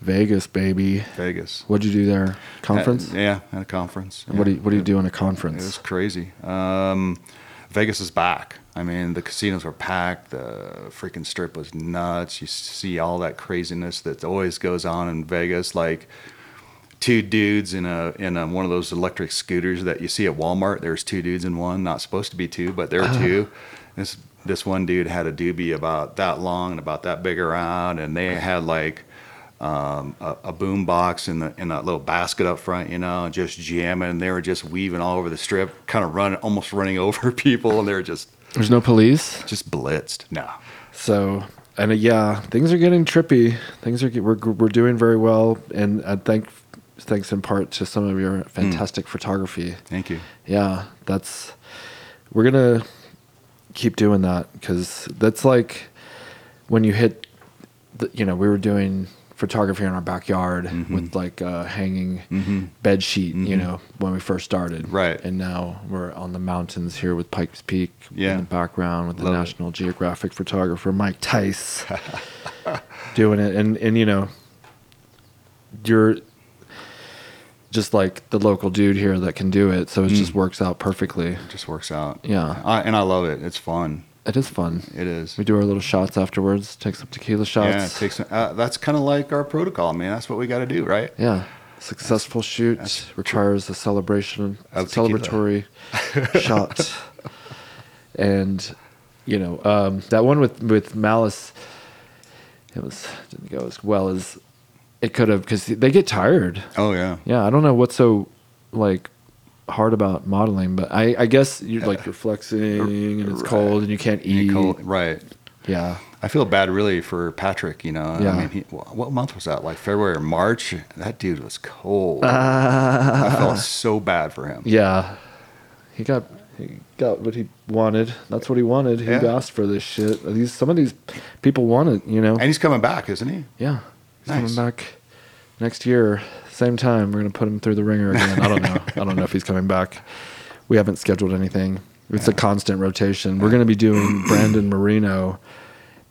C: Vegas, baby.
E: Vegas
C: What'd you do there? Conference?
E: Uh, yeah, at a conference.
C: What do
E: Yeah.
C: you What do you do in a
E: It was
C: conference?
E: crazy. Um, Vegas is back. I mean, the casinos were packed. The freaking strip was nuts. You see all that craziness that always goes on in Vegas, like two dudes in a in a, one of those electric scooters that you see at Walmart. There's two dudes in one, not supposed to be two, but there were two. This this one dude had a doobie about that long and about that big around, and they had like um, a, a boom box in the in that little basket up front, you know, and just jamming. They were just weaving all over the strip, kind of running, almost running over people, and they were just
C: There's no police,
E: just blitzed. No,
C: so and uh, yeah, things are getting trippy. Things are get- we're we're doing very well, and I thank thanks in part to some of
E: Hmm.
C: your fantastic photography.
E: thank you.
C: Yeah, that's we're gonna keep doing that because that's like when you hit, the, you know, we were doing photography in our backyard with like a hanging bed sheet, you know, when we first started,
E: Right.
C: And now we're on the mountains here with Pikes Peak
E: Yeah.
C: in the background with the
E: Love it.
C: National Geographic photographer Mike Tice doing it, and and you know, you're just like the local dude here that can do it, so it
E: Mm.
C: just works out perfectly.
E: It just works out.
C: Yeah.
E: I, and I love it. It's fun.
C: It is fun.
E: It is.
C: We do our little shots afterwards. Take some tequila shots.
E: Yeah, it takes. Uh, that's kind of like our protocol, man. That's what we got to do, right?
C: Yeah. Successful shoot requires a celebration,
E: Of
C: celebratory shot. And, you know, um, that one with, with Malice, it was didn't go as well as it could have because they get tired.
E: Oh yeah.
C: Yeah, I don't know what's so like hard about modeling, but I, I guess you're like you're flexing and it's cold and you can't
E: And
C: eat.
E: you call- right.
C: Yeah,
E: I feel bad really for Patrick. You know,
C: Yeah.
E: I mean, he, wh- what month was that? Like February or March? That dude was cold. I felt so bad for him.
C: yeah. He got he got what he wanted. That's what he wanted. He
E: Yeah.
C: asked for this shit. These some of these people want it, you know.
E: And he's coming back, isn't he?
C: yeah, he's coming
E: Nice.
C: back next year, same time. We're gonna put him through the ringer again. I don't know. I don't know if he's coming back. We haven't scheduled anything. It's a constant rotation. We're gonna be doing Brandon Marino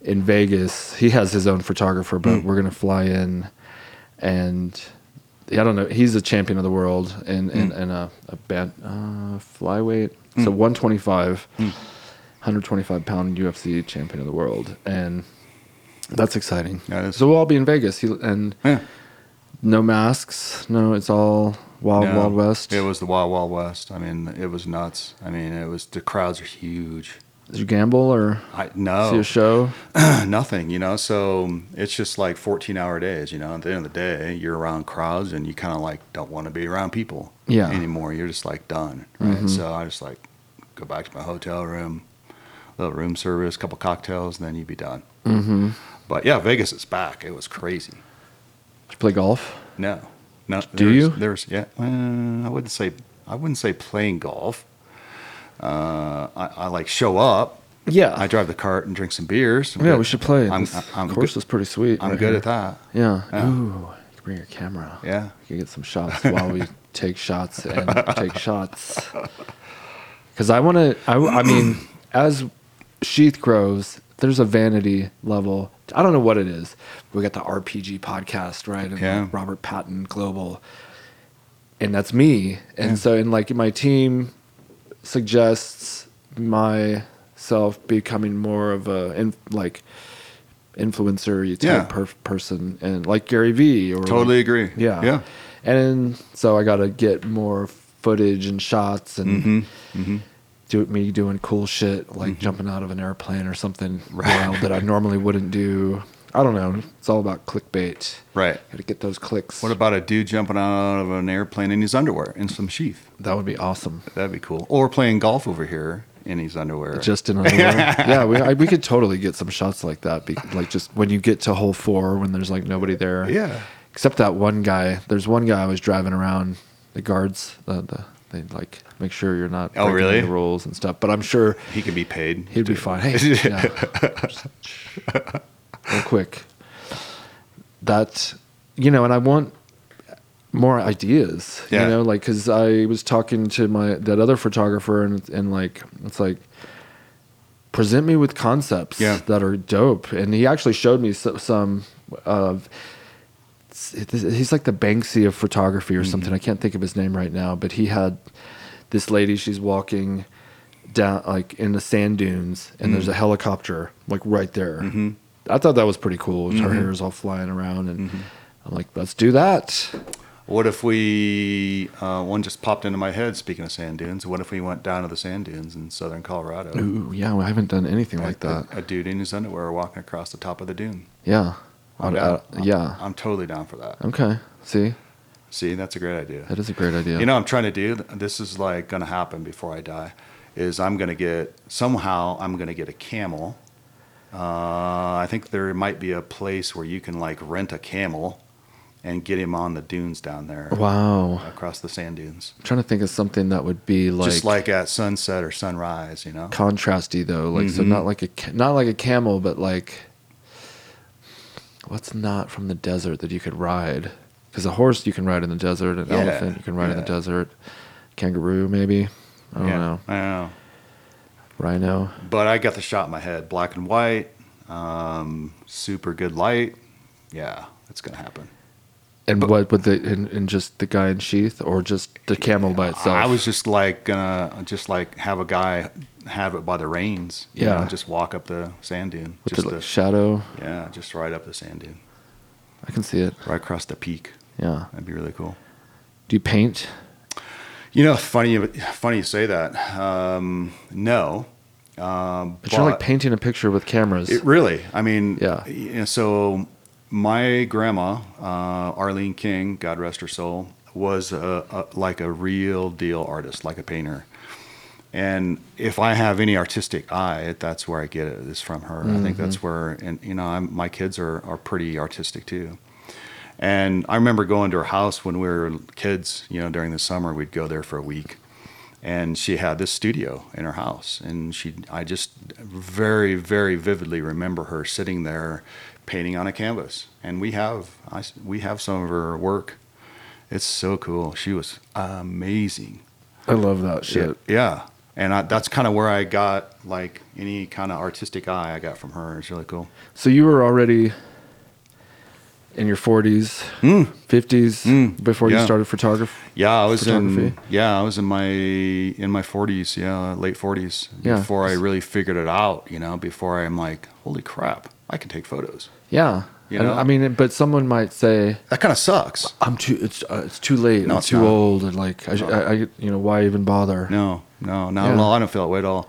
C: in Vegas. He has his own photographer, but we're gonna fly in and I don't know. He's a champion of the world and and, and a, a band, uh, flyweight, so 125. 125 pound UFC champion of the world, and that's exciting.
E: Yeah, it is.
C: so we'll all be in Vegas, He- and
E: Yeah.
C: no masks. No, it's all wild,
E: No,
C: wild west.
E: It was the Wild Wild West. I mean, it was nuts. I mean, it was the crowds are huge.
C: Did you gamble or
E: I
C: see
E: no
C: a show?
E: nothing, you know. So it's just like 14 hour days, you know. At the end of the day, you're around crowds and you kind of like don't want to be around people
C: Yeah. Mm-hmm.
E: anymore. You're just like done, right? So I just like go back to my hotel room, little room service, couple cocktails, and then you'd be done.
C: Mm-hmm.
E: But yeah, Vegas is back. It was crazy.
C: Did you play golf?
E: No, no.
C: Do
E: there's,
C: you?
E: There's yeah. uh, I wouldn't say I wouldn't say playing golf. Uh, I, I like show up.
C: Yeah.
E: I drive the cart and drink some beers. I'm
C: yeah,
E: good-
C: we should play.
E: I'm,
C: This
E: I'm
C: course
E: good,
C: is pretty sweet.
E: I'm
C: right
E: good
C: here.
E: at that.
C: Yeah.
E: Yeah.
C: Ooh, you can bring your camera.
E: Yeah.
C: You can get some shots while we take shots and take shots. Because I want to, I, I mean, as Sheath grows, there's a vanity level. I don't know what it is. We got the RPG podcast, right? And like,
E: Yeah.
C: Robert Patton Global. And that's me. And so, and like my team suggests myself becoming more of a, in, like, influencer type
E: Yeah.
C: per- person and like Gary Vee or
E: Totally agree.
C: yeah.
E: Yeah.
C: And so I got to get more footage and shots and
E: Mm-hmm.
C: do me doing cool shit like jumping out of an airplane or something wild that I normally wouldn't do. I don't know. It's all about clickbait.
E: Right.
C: Got to get those clicks.
E: What about a dude jumping out of an airplane in his underwear in some sheath?
C: that would be awesome.
E: That'd be cool. Or playing golf over here in his underwear.
C: Just in underwear. yeah, we I, we could totally get some shots like that. Be, like just when you get to hole four, when there's like nobody there.
E: Yeah.
C: Except that one guy. There's one guy I was driving around. The guards, the, the they like make sure you're not
E: Oh,
C: breaking
E: really?
C: any rules and stuff. But I'm sure
E: he could be paid.
C: he'd be fine. Hey, yeah. real quick. That you know, and I want more ideas.
E: Yeah.
C: You know, like because I was talking to my that other photographer, and and like it's like present me with concepts
E: Yeah.
C: that are dope. And he actually showed me some, some of. He's like the Banksy of photography or something. I can't think of his name right now, but he had this lady. She's walking down like in the sand dunes, and there's a helicopter like right there. I thought that was pretty cool.
E: Mm-hmm.
C: Her hair is all flying around, and I'm like, let's do that.
E: What if we, uh, one just popped into my head, speaking of sand dunes, what if we went down to the sand dunes in southern Colorado?
C: Ooh, yeah, well, I haven't done anything like
E: A-
C: that.
E: A, dude in his underwear walking across the top of the dune.
C: Yeah,
E: I'm
C: I'd-
E: down.
C: I'd- yeah.
E: I'm totally down for that.
C: Okay, see,
E: See, that's a great idea.
C: that is a great idea.
E: You know, what I'm trying to do this is like going to happen before I die. Is I'm going to get somehow I'm going to get a camel. Uh, I think there might be a place where you can like rent a camel and get him on the dunes down there
C: wow.
E: across the sand dunes,
C: I'm trying to think of something that would be like,
E: just like at sunset or sunrise. You know,
C: contrasty though. Like
E: Mm-hmm.
C: so, not like a ca- not like a camel, but like what's not from the desert that you could ride? Because a horse you can ride in the desert, an
E: Yeah,
C: elephant you can ride in the
E: yeah.
C: desert, kangaroo maybe. I don't
E: yeah,
C: know.
E: I don't know.
C: Rhino.
E: But I got the shot in my head, black and white, um, super good light. Yeah, it's gonna happen.
C: And what would the and, and just the guy in sheath or just the camel by itself?
E: I was just like gonna just like have a guy have it by the reins. you
C: Yeah.
E: know, just walk up the sand dune.
C: with
E: just
C: the, like, shadow.
E: yeah, just right up the sand dune,
C: I can see it.
E: right across the peak.
C: Yeah.
E: That'd be really cool.
C: Do you paint?
E: You know, funny, funny you say that. Um, no, um,
C: But, you're like
E: but-
C: painting a picture with cameras.
E: It really. I mean,
C: Yeah.
E: you know, so my grandma, uh, Arlene King, God rest her soul, was a, a, like a real deal artist, like a painter. And if I have any artistic eye, that's where I get it. Is from her. I
C: Mm-hmm.
E: think that's where, and you know, I'm, my kids are are pretty artistic too. And I remember going to her house when we were kids. You know, during the summer, we'd go there for a week and she had this studio in her house and she i just very very vividly remember her sitting there painting on a canvas and we have I s we have some of her work it's so cool she was amazing
C: I love that shit.
E: yeah, yeah. and I, that's kind of where i got like any kind of artistic eye i got from her it's really cool
C: So you were already
D: in your 40s, 50s before
E: Mm. yeah.
D: you started photography?
E: Yeah, I was in
D: Photography?
E: yeah, I was in my in my forties, yeah, late forties.
D: Yeah.
E: Before I really figured it out, you know, before I'm like, holy crap, I can take photos.
D: Yeah.
E: You
D: And
E: know?
D: I mean, but someone might say,
E: That kind of sucks.
D: I'm too, it's, uh, it's too late.
E: No,
D: I'm
E: it's
D: too
E: not.
D: old. And like, I, sh- I, I, you know, why even bother?
E: No, no, not at
D: Yeah.
E: all. I don't feel that way at all.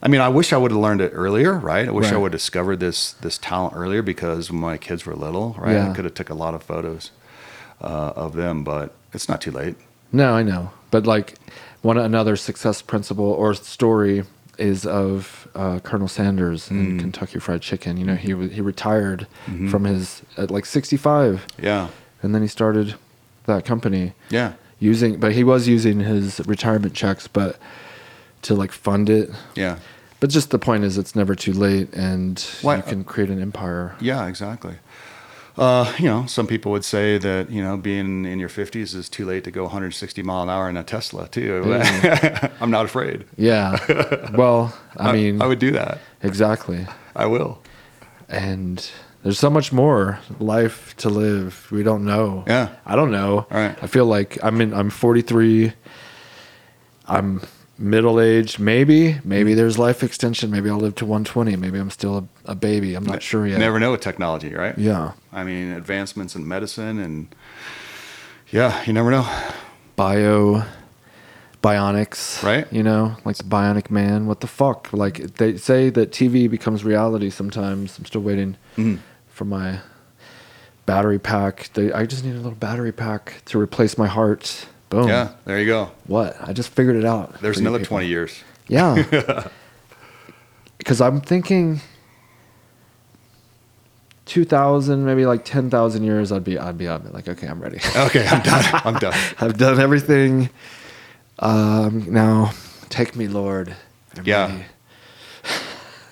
E: I mean, I wish I would have learned it earlier, right? I wish I
D: Right.
E: would have discovered this this talent earlier because when my kids were little, right? I
D: Yeah.
E: could have took a lot of photos uh, of them, but it's not too late.
D: No, I know. But like one another success principle or story is of uh, Colonel Sanders and Kentucky Fried Chicken. You know, he wa- he retired from his at like 65
E: Yeah,
D: and then he started that company
E: yeah,
D: using but he was using his retirement checks but to like fund it.
E: yeah,
D: But just the point is it's never too late and
E: Why-
D: you can create an empire.
E: yeah. Exactly. Uh, you know, some people would say that you know being in your fifties is too late to go 160 mile an hour in a Tesla too. I'm not afraid.
D: Yeah. well,
E: Uh,
D: I mean
E: I would do that.
D: exactly.
E: I will.
D: and there's so much more life to live. We don't know.
E: Yeah.
D: I don't know.
E: All right.
D: I feel like I'm in. I'm 43. I'm middle aged. Maybe, maybe there's life extension. Maybe I'll live to 120. Maybe I'm still a, a baby. I'm not sure yet.
E: Never know with technology, right?
D: Yeah.
E: I mean, advancements in medicine and yeah, you never know.
D: Bio, bionics.
E: Right.
D: You know, like the Bionic Man. What the fuck? Like they say that TV becomes reality sometimes. I'm still waiting for my battery pack. They, I just need a little battery pack to replace my heart. Boom.
E: Yeah, there you go.
D: What? I just figured it out.
E: There's
D: for you
E: another
D: Oh. people.
E: 20 years.
D: Yeah. Because I'm thinking 2,000, maybe like 10,000 years, I'd be, I'd be, I'd be like, okay, I'm ready.
E: Okay, I'm done. I'm done.
D: I've done everything. Um, now take me, Lord. I'm
E: Yeah.
D: ready.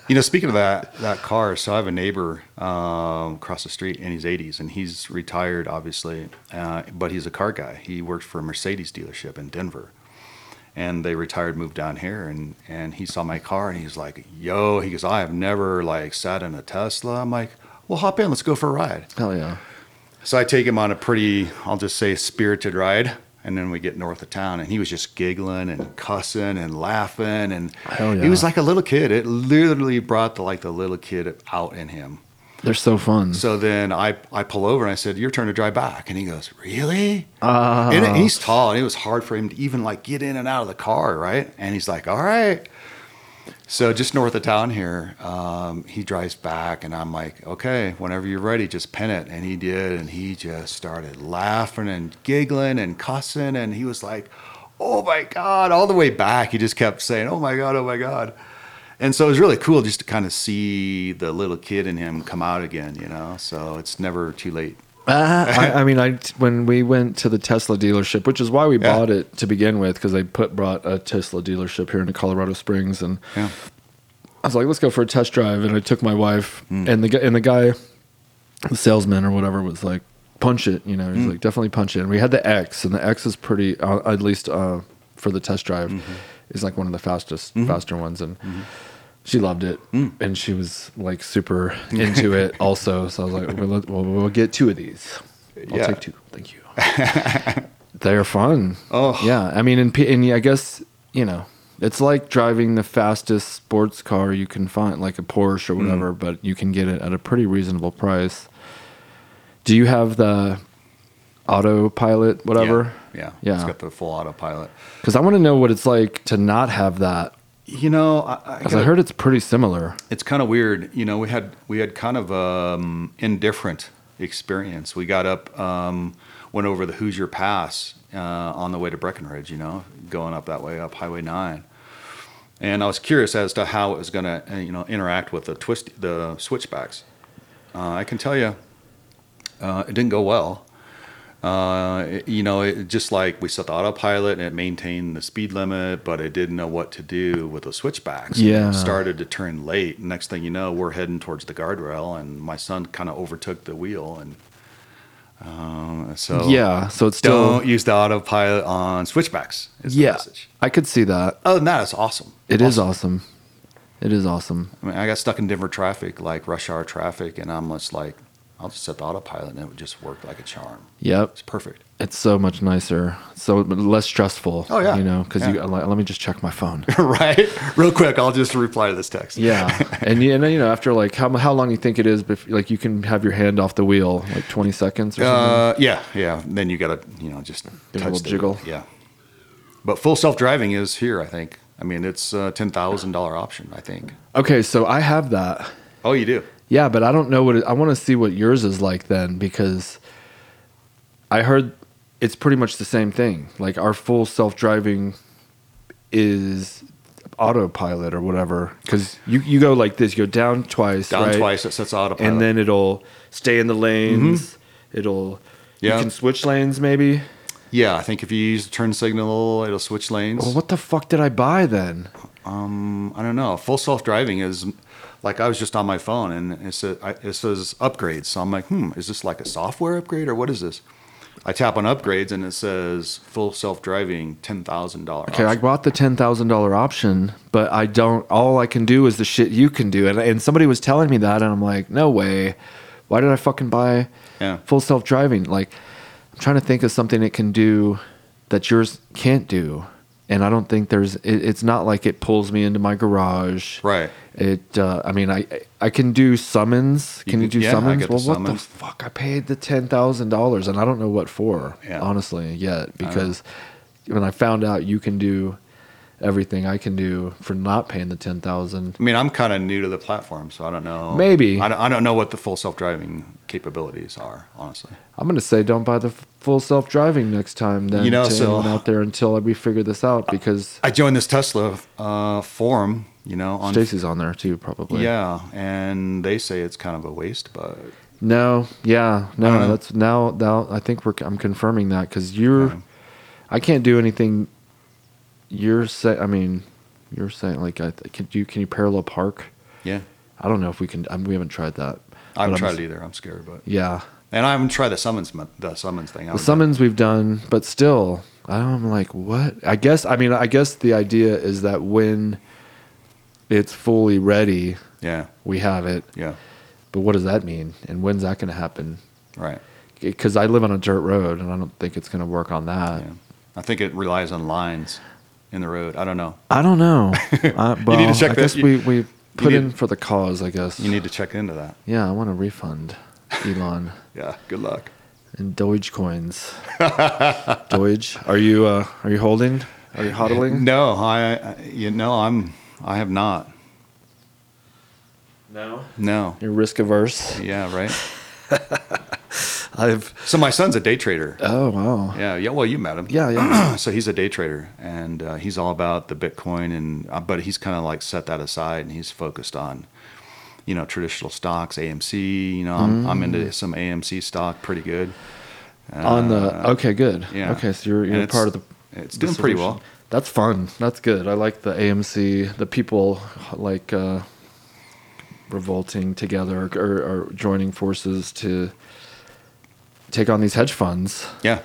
E: You know, speaking of that that car, so I have a neighbor um, across the street in his 80s, and he's retired, obviously, uh, but he's a car guy. He worked for a Mercedes dealership in Denver, and they retired, moved down here, and and he saw my car, and he's like, "Yo," he goes, "I have never like sat in a Tesla." I'm like, "Well, hop in, let's go for a ride."
D: Hell yeah.
E: So I take him on a pretty, I'll just say, spirited ride. And then we get north of town, and he was just giggling and cussing and laughing, and
D: Hell
E: he was
D: yeah.
E: like a little kid. It literally brought the like the little kid out in him.
D: They're so
C: Mm-hmm.
D: fun.
E: So then I I pull over and I said, "Your turn to drive back," and he goes, "Really?" and and he's tall, and it was hard for him to even like get in and out of the car, right? And he's like, "All right." So just north of town here, um, he drives back, and I'm like, "Okay, whenever you're ready, just pin it." And he did, and he just started laughing and giggling and cussing, and he was like, "Oh my god!" All the way back, he just kept saying, "Oh my god, oh my god." And so it was really cool just to kind of see the little kid in him come out again, you know. So it's never too late.
D: I, I mean, I when we went to the Tesla dealership, which is why we
E: Yeah.
D: bought it to begin with, because they put brought a Tesla dealership here into Colorado Springs, and
E: Yeah.
D: I was like, let's go for a test drive, and I took my wife, and the gu- and the guy, the salesman or whatever, was like, punch it, you know, he's like, definitely punch it, and we had the X, and the X is pretty, uh, at least uh, for the test drive,
C: Hmm.
E: Mm-hmm.
D: is like one of the fastest, faster ones, and. She loved it, and she was like super into it. Also, so I was like, "Well, we'll, we'll get two of these. I'll
E: Yeah.
D: take two. Thank you." They're fun.
E: Oh.
D: yeah. I mean, and, P- and I guess you know, it's like driving the fastest sports car you can find, like a Porsche or whatever, but you can get it at a pretty reasonable price. Do you have the autopilot, whatever?
E: Yeah. yeah. It's
D: yeah.
E: got the full autopilot.
D: Because I want to know what it's like to not have that.
E: You know, I, I,
D: Because I
E: gotta-
D: heard it's pretty similar.
E: it's kind of weird. You know, we had we had kind of um, indifferent experience. We got up, um, went over the Hoosier Pass uh, on the way to Breckenridge. You know, going up that way up Highway Nine, and I was curious as to how it was going to you know interact with the twist the switchbacks. Uh, I can tell you, uh, it didn't go well. Uh, it- you know, it just like we set the autopilot and it maintained the speed limit, but it didn't know what to do with the switchbacks. It
D: Yeah.
E: started to turn late. Next thing you know, we're heading towards the guardrail, and my son kind of overtook the wheel, and um, so
D: yeah. So it's still.
E: don't use the autopilot on switchbacks. Is the
D: yeah.
E: message.
D: I could see that.
E: Other than that, it's awesome.
D: It is awesome. It is awesome.
E: I mean, I got stuck in Denver traffic, like rush hour traffic, and I'm just like, I'll just set the autopilot and it would just work like a charm.
D: Yep.
E: It's perfect.
D: It's so much nicer, so less stressful.
E: Oh, yeah.
D: You know, because you
E: Yeah.
D: like, let me just check my phone.
E: right? Real quick, I'll just reply to this text.
D: Yeah, and you, and then, you know, after like how how long you think it is, bef- like you can have your hand off the wheel like twenty seconds or something.
E: Uh, yeah, yeah. And then you got to, you know, just
D: a
E: touch
D: little
E: the-
D: jiggle.
E: Yeah. But full self driving is here, I think. I mean, it's a $10,000 option, I think.
D: Okay, so I have that.
E: Oh, you do?
D: Yeah, but I don't know what it, I want to see what yours is like then because I heard it's pretty much the same thing. Like our full self-driving is autopilot or whatever cuz you you go like this, you go down twice,
E: Down
D: right?
E: twice, it sets autopilot.
D: and then it'll stay in the lanes. It'll
E: Mm-hmm. Yeah.
D: you can switch lanes maybe.
E: yeah, I think if you use the turn signal, it'll switch lanes.
D: Well, what the fuck did I buy then?
E: I don't know. Full self driving is like I was just on my phone and it says, I, it says upgrades. So I'm like, hmm, is this like a software upgrade or what is this? I tap on upgrades and it says full self driving ten thousand dollars.
D: Okay, I bought the ten thousand dollar option, but I don't. All I can do is the shit you can do, and and somebody was telling me that, and I'm like, no way. Why did I fucking buy
E: Yeah.
D: full self driving? Like, I'm trying to think of something it can do that yours can't do, and I don't think there's. It, it's not like it pulls me into my garage.
E: Right.
D: It. Uh, I mean, I I can do summons.
E: You
D: Can you,
E: can-
D: do
E: yeah, I
D: summons?
E: get the
D: Well, what
E: summons.
D: the fuck? I paid the ten thousand dollars, and I don't know what for.
E: Yeah.
D: Honestly, yet because when I found out you can do everything I can do for not paying the ten thousand.
E: I mean, I'm kind of new to the platform, so I don't know.
D: Maybe.
E: I don't, I don't know what the full self driving capabilities are, honestly.
D: I'm gonna say don't buy the f- full self driving next time. Then
E: You know,
D: to
E: so-
D: anyone out there until we figure this out because
E: I joined this Tesla uh, forum, you know, on
D: Stacy's on there too probably.
E: yeah, and they say it's kind of a waste, but
D: No. Yeah.
E: don't
D: No.
E: know.
D: That's now. Now I think we're. I'm confirming that because you're. I can't do anything. You're say. I mean, you're saying like I th- can. You can you parallel park?
E: yeah,
D: I don't know if we can. I mean, we haven't tried that.
E: I haven't
D: But I'm-
E: tried it either. I'm scared, but
D: Yeah.
E: and I haven't tried the summons mon- the summons thing. I
D: The
E: haven't
D: summons we've done, but still, I'm like, what? I guess. I mean, I guess the idea is that when it's fully ready,
E: done- yeah,
D: we have it.
E: yeah,
D: But what does that mean? And when's that going to happen?
E: right.
D: Because I live on a dirt road, and I don't think it's going to work on that.
E: Yeah. I think it relies on lines in the road. I don't know.
D: I don't know. Uh, well,
E: need to check
D: I
E: that.
D: guess
E: You-
D: we, we put
E: need-
D: in for the cause, I guess.
E: You need to check into that.
D: yeah, I want a refund, Elon,
E: Yeah. Good luck.
D: and Doge coins. Doge, are you uh, are you holding? Are you hodling?
E: No, I. I- You know, I'm. I have not.
D: No.
E: No.
D: You're risk averse.
E: Yeah. Right.
D: I've.
E: So my son's a day trader.
D: Oh wow.
E: Yeah. Yeah. Well, you met him.
D: Yeah, yeah.
E: so he's a day trader, and uh, he's all about the Bitcoin, and uh, but he's kind of like set that aside, and he's focused on, you know, traditional stocks, AMC. You know, I'm, I'm into
D: Mm.
E: some AMC stock, pretty good.
D: On the okay, good.
E: uh, yeah.
D: Okay, so you're
E: And
D: you're
E: it's-
D: part of the.
E: it's
D: the
E: doing pretty
D: solution.
E: well.
D: That's fun. That's good. I like the AMC. The people like uh, revolting together or, or joining forces to take on these hedge funds.
E: Yeah.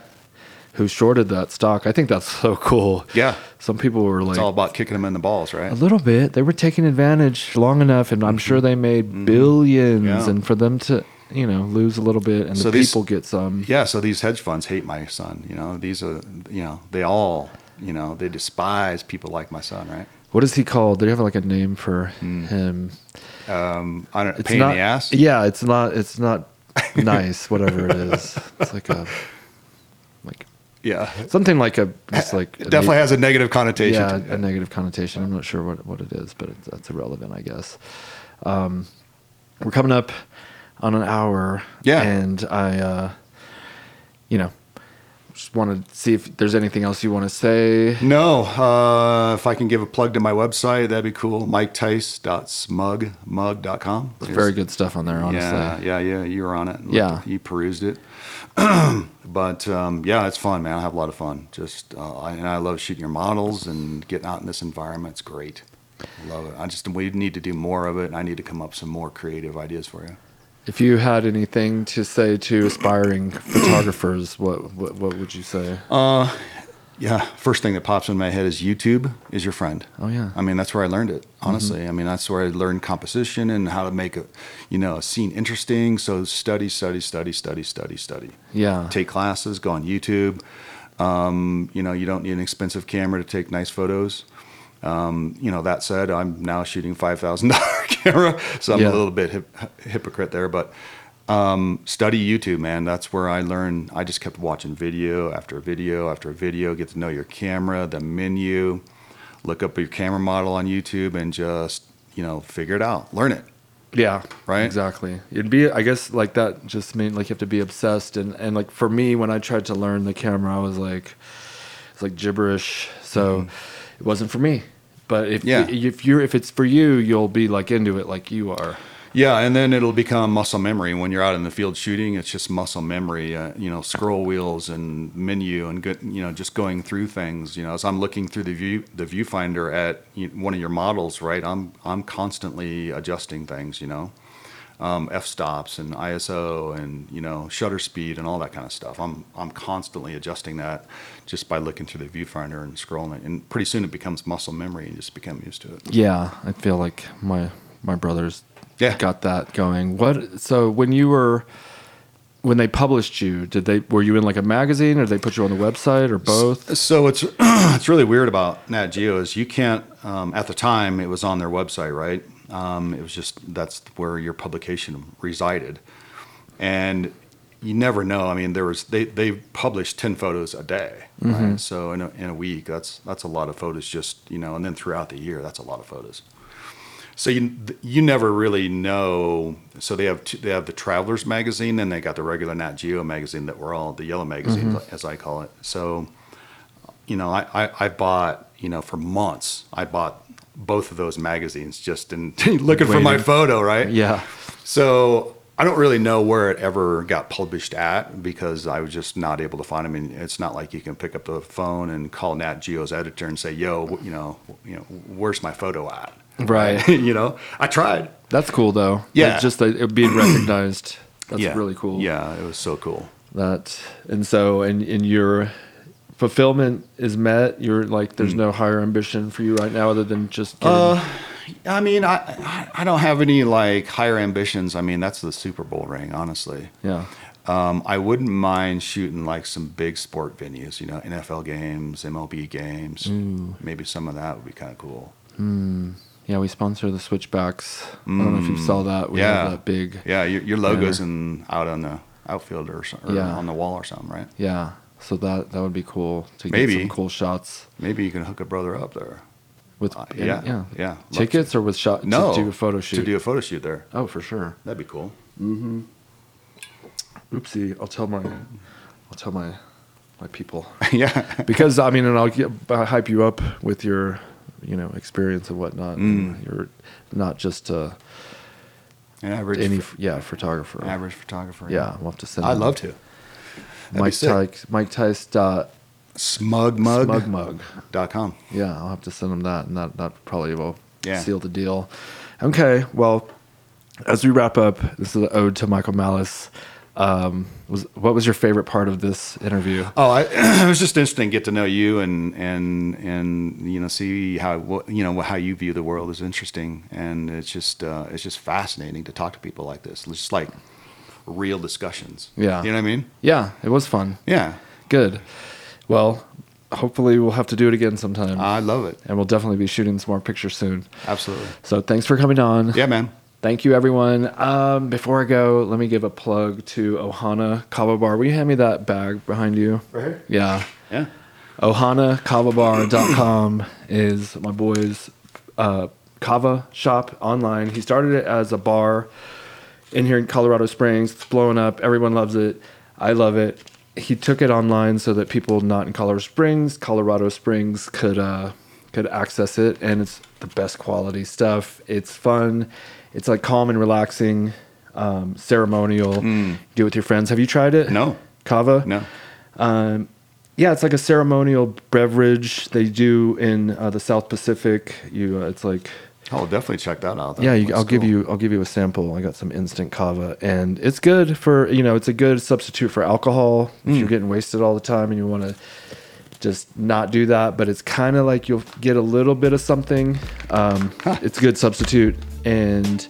D: who shorted that stock. I think that's so cool.
E: Yeah.
D: Some people were like
E: It's all about kicking him in the balls,
D: a
E: right?
D: little bit. They were taking advantage long enough, and I'm sure they made billions.
E: Mm-hmm. Yeah.
D: And for them to you know lose a little bit, and
E: So
D: the
E: these-
D: people get some.
E: Yeah, so these hedge funds hate my son. You know, these are, you know, they all, you know, they despise people like my son, right?
D: What is he called? They have like a name for him.
E: I don't,
D: It's
E: Mm. pain
D: not,
E: in the ass.
D: Yeah, it's not. It's not nice. Whatever it is, it's like a like
E: Yeah.
D: something like a just like a
E: It definitely has a negative connotation.
D: yeah,
E: to it.
D: a negative connotation. I'm not sure what, what it is, but it's, that's irrelevant, I guess. Um, we're coming up on an hour.
E: Yeah.
D: And I, uh, you know, just want to see if there's anything else you want to say.
E: No, uh, if I can give a plug to my website, that'd be cool. MikeTice.smugmug.com.
D: Very good stuff on there, honestly.
E: Yeah, yeah, yeah. You were on it. and
D: Yeah.
E: looked- You perused it. but um, yeah, it's fun, man. I have a lot of fun. Just, uh, I, and I love shooting your models and getting out in this environment. It's great. Love it. I just, we need to do more of it, and I need to come up with some more creative ideas for you.
D: If you had anything
E: Uh,
D: to say to aspiring photographers, what, what what would you say?
E: yeah, first thing that pops in my head is YouTube is your friend.
C: Oh, yeah.
E: I mean, that's where I learned it. Honestly, I mean, that's where I learned composition and how to make a, you know, a scene interesting. So study, study, study, study, study, study.
C: Yeah.
E: Take classes, go on YouTube. Um, you know, you don't need an expensive camera to take nice photos. Um, you know, that said, I'm now shooting five thousand dollar camera, so I'm
C: Yeah.
E: a little bit hip- hypocrite there, but um, study YouTube, man. That's where I learned. I just kept watching video after video after video, get to know your camera, the menu, look up your camera model on YouTube, and just, you know, figure it out, learn it.
C: Yeah.
E: Right?
C: Exactly. It'd be, I guess, like that just mean like you have to be obsessed. And, and like for me, when I tried to learn the camera, I was like, it's like gibberish. So it wasn't for me. But if,
E: Mm-hmm. Yeah.
C: if you're, if it's for you, you'll be like into it like you are.
E: Yeah, and then it'll become muscle memory. When you're out in the field shooting, it's just muscle memory. Uh, you know, scroll wheels and menu, and good, you know, just going through things. You know, as I'm looking through the view, the viewfinder at you one of your models, right? I'm I'm constantly adjusting things. You know, um, f stops and ISO and you know shutter speed and all that kind of stuff. I'm I'm constantly adjusting that just by looking through the viewfinder and scrolling. And pretty soon it becomes muscle memory, and you just become used to it.
C: Yeah, I feel like my my brothers
E: Yeah.
C: got that going. What so when you were when they published you, did they were you in like a magazine or did they put you on the website or both?
E: So it's it's really weird about Nat Geo is you can't um, at the time it was on their website right um, it was just that's where your publication resided and you never know I mean there was they they published ten photos a day right? so in a, in a week that's that's a lot of photos just you know and then throughout the year that's a lot of photos so you you never really know. So they have two, they have the Travelers magazine, and they got the regular Nat Geo magazine that we're all the yellow magazine as I call it. So, you know, I, I I bought you know for months I bought both of those magazines just in looking for my
C: Waiting.
E: photo, right?
C: Yeah.
E: So I don't really know where it ever got published at because I was just not able to find them. And it's not like you can pick up the phone and call Nat Geo's editor and say, "Yo, w- you know, w- you know, where's my photo at?"
C: Right.
E: you know, I tried.
C: That's cool though.
E: Yeah.
C: It's just that it being recognized. That's
E: Yeah.
C: really cool.
E: Yeah, it was so cool.
C: That and so and and your fulfillment is met. You're like there's
E: Mm.
C: no higher ambition for you right now other than just getting
E: Uh, I mean, I- I I don't have any like higher ambitions. I mean, that's the Super Bowl ring, honestly.
C: Yeah.
E: Um, I wouldn't mind shooting like some big sport venues, you know, NFL games, MLB games.
C: Mm.
E: Maybe some of that would be kind of cool.
C: Yeah, we sponsor the switchbacks. I don't know if you saw that. We
E: Mm, yeah,
C: have that big
E: Yeah, your, your logo's
C: banner.
E: in out on the outfield or, so- or
C: Yeah.
E: on the wall or something, right?
C: Yeah. So that that would be cool to get
E: Maybe.
C: some cool shots
E: Maybe you can hook a brother up there.
C: with
E: Uh,
C: yeah,
E: yeah,
C: yeah.
E: yeah. Love
C: Tickets or with shot
E: No,
C: to do a photo shoot.
E: To do a photo shoot there,
C: oh, for sure.
E: that'd be cool.
C: Oopsie, I'll tell my I'll tell my my people
E: yeah.
C: because I mean, and I'll, get, I'll hype you up with your you know experience and whatnot.
E: Mm.
C: and You're not just a
E: An average
C: any yeah photographer.
E: average photographer.
C: Yeah, we'll have to send.
E: I
C: them.
E: love to. be
C: Mike
E: sick.
C: Tice. Mike Tice. Dot smug
E: Smugmug.com.
C: mug. Yeah, I'll have to send them that, and that that probably will
E: Yeah.
C: seal the deal. Okay, well, as we wrap up, this is an ode to Michael Malice. Um, was what was your favorite part of this interview?
E: Oh, I, it was just interesting to get to know you and and and you know see how what, you know how you view the world is interesting, and it's just uh, it's just fascinating to talk to people like this. It's just like real discussions.
C: Yeah.
E: you know what I mean.
C: Yeah, it was fun.
E: Yeah,
C: Good. Well, hopefully we'll have to do it again sometime,
E: I love it.
C: and we'll definitely be shooting some more pictures soon.
E: Absolutely.
C: So thanks for coming on.
E: Yeah, man.
C: Thank you, everyone. Um, before I go, let me give a plug to Ohana Kava Bar. Will you hand me that bag behind you? Right
E: here?
C: Yeah.
E: Yeah.
C: ohanakavabar.com is my boy's uh, kava shop online. He started it as a bar in here in Colorado Springs. It's blowing up. Everyone loves it. I love it. He took it online so that people not in Colorado Springs, Colorado Springs could uh, could access it, and it's the best quality stuff. It's fun. It's like calm and relaxing, um, ceremonial. Do it with your friends. Have you tried it?
E: No.
C: Kava?
E: No.
C: yeah, it's like a ceremonial beverage they do in uh, the South Pacific. You, uh, it's like
E: Oh, I'll definitely check that out. That
C: yeah, you,
E: looks
C: I'll give
E: cool.
C: you I'll give you a sample. I got some instant kava, and it's good for you know it's a good substitute for alcohol if you're getting wasted all the time and you want to
D: just not do that. But it's kind of like you'll get a little bit of something. Um, It's a good substitute, and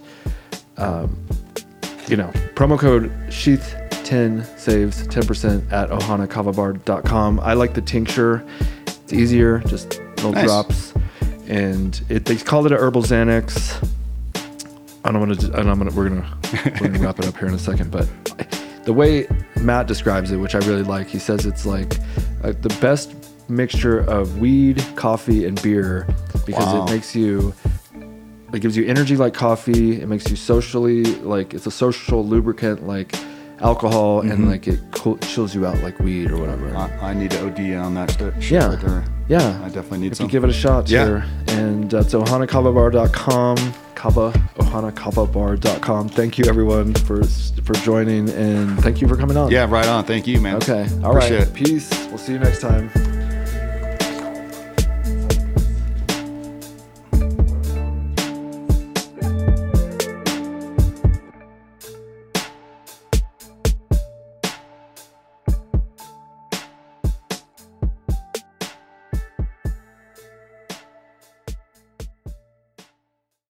D: um, you know, promo code sheath. 10 saves 10% at ohanakavabar.com. I like the tincture. It's easier, just little
E: Nice.
D: drops. And it, they call it a herbal Xanax. I don't want to, and I'm gonna we're gonna we're gonna wrap it up here in a second. But the way Matt describes it, which I really like, he says it's like uh, the best mixture of weed, coffee, and beer because
E: Wow.
D: it makes you. It gives you energy like coffee. It makes you socially like it's a social lubricant like alcohol, and like it cool, chills you out like weed or whatever.
E: I, I need to OD on that st- shit
D: Yeah.
E: right there.
D: Yeah.
E: I definitely need
D: if
E: some.
D: you give it a shot,
E: Yeah.
D: sir. And that's ohanakavabar.com, kava, ohanakavabar.com. Thank you, everyone, for for joining, and thank you for coming on.
E: yeah, right on. Thank you, man.
D: Okay. All right.
E: Appreciate it.
D: Peace. We'll see you next time.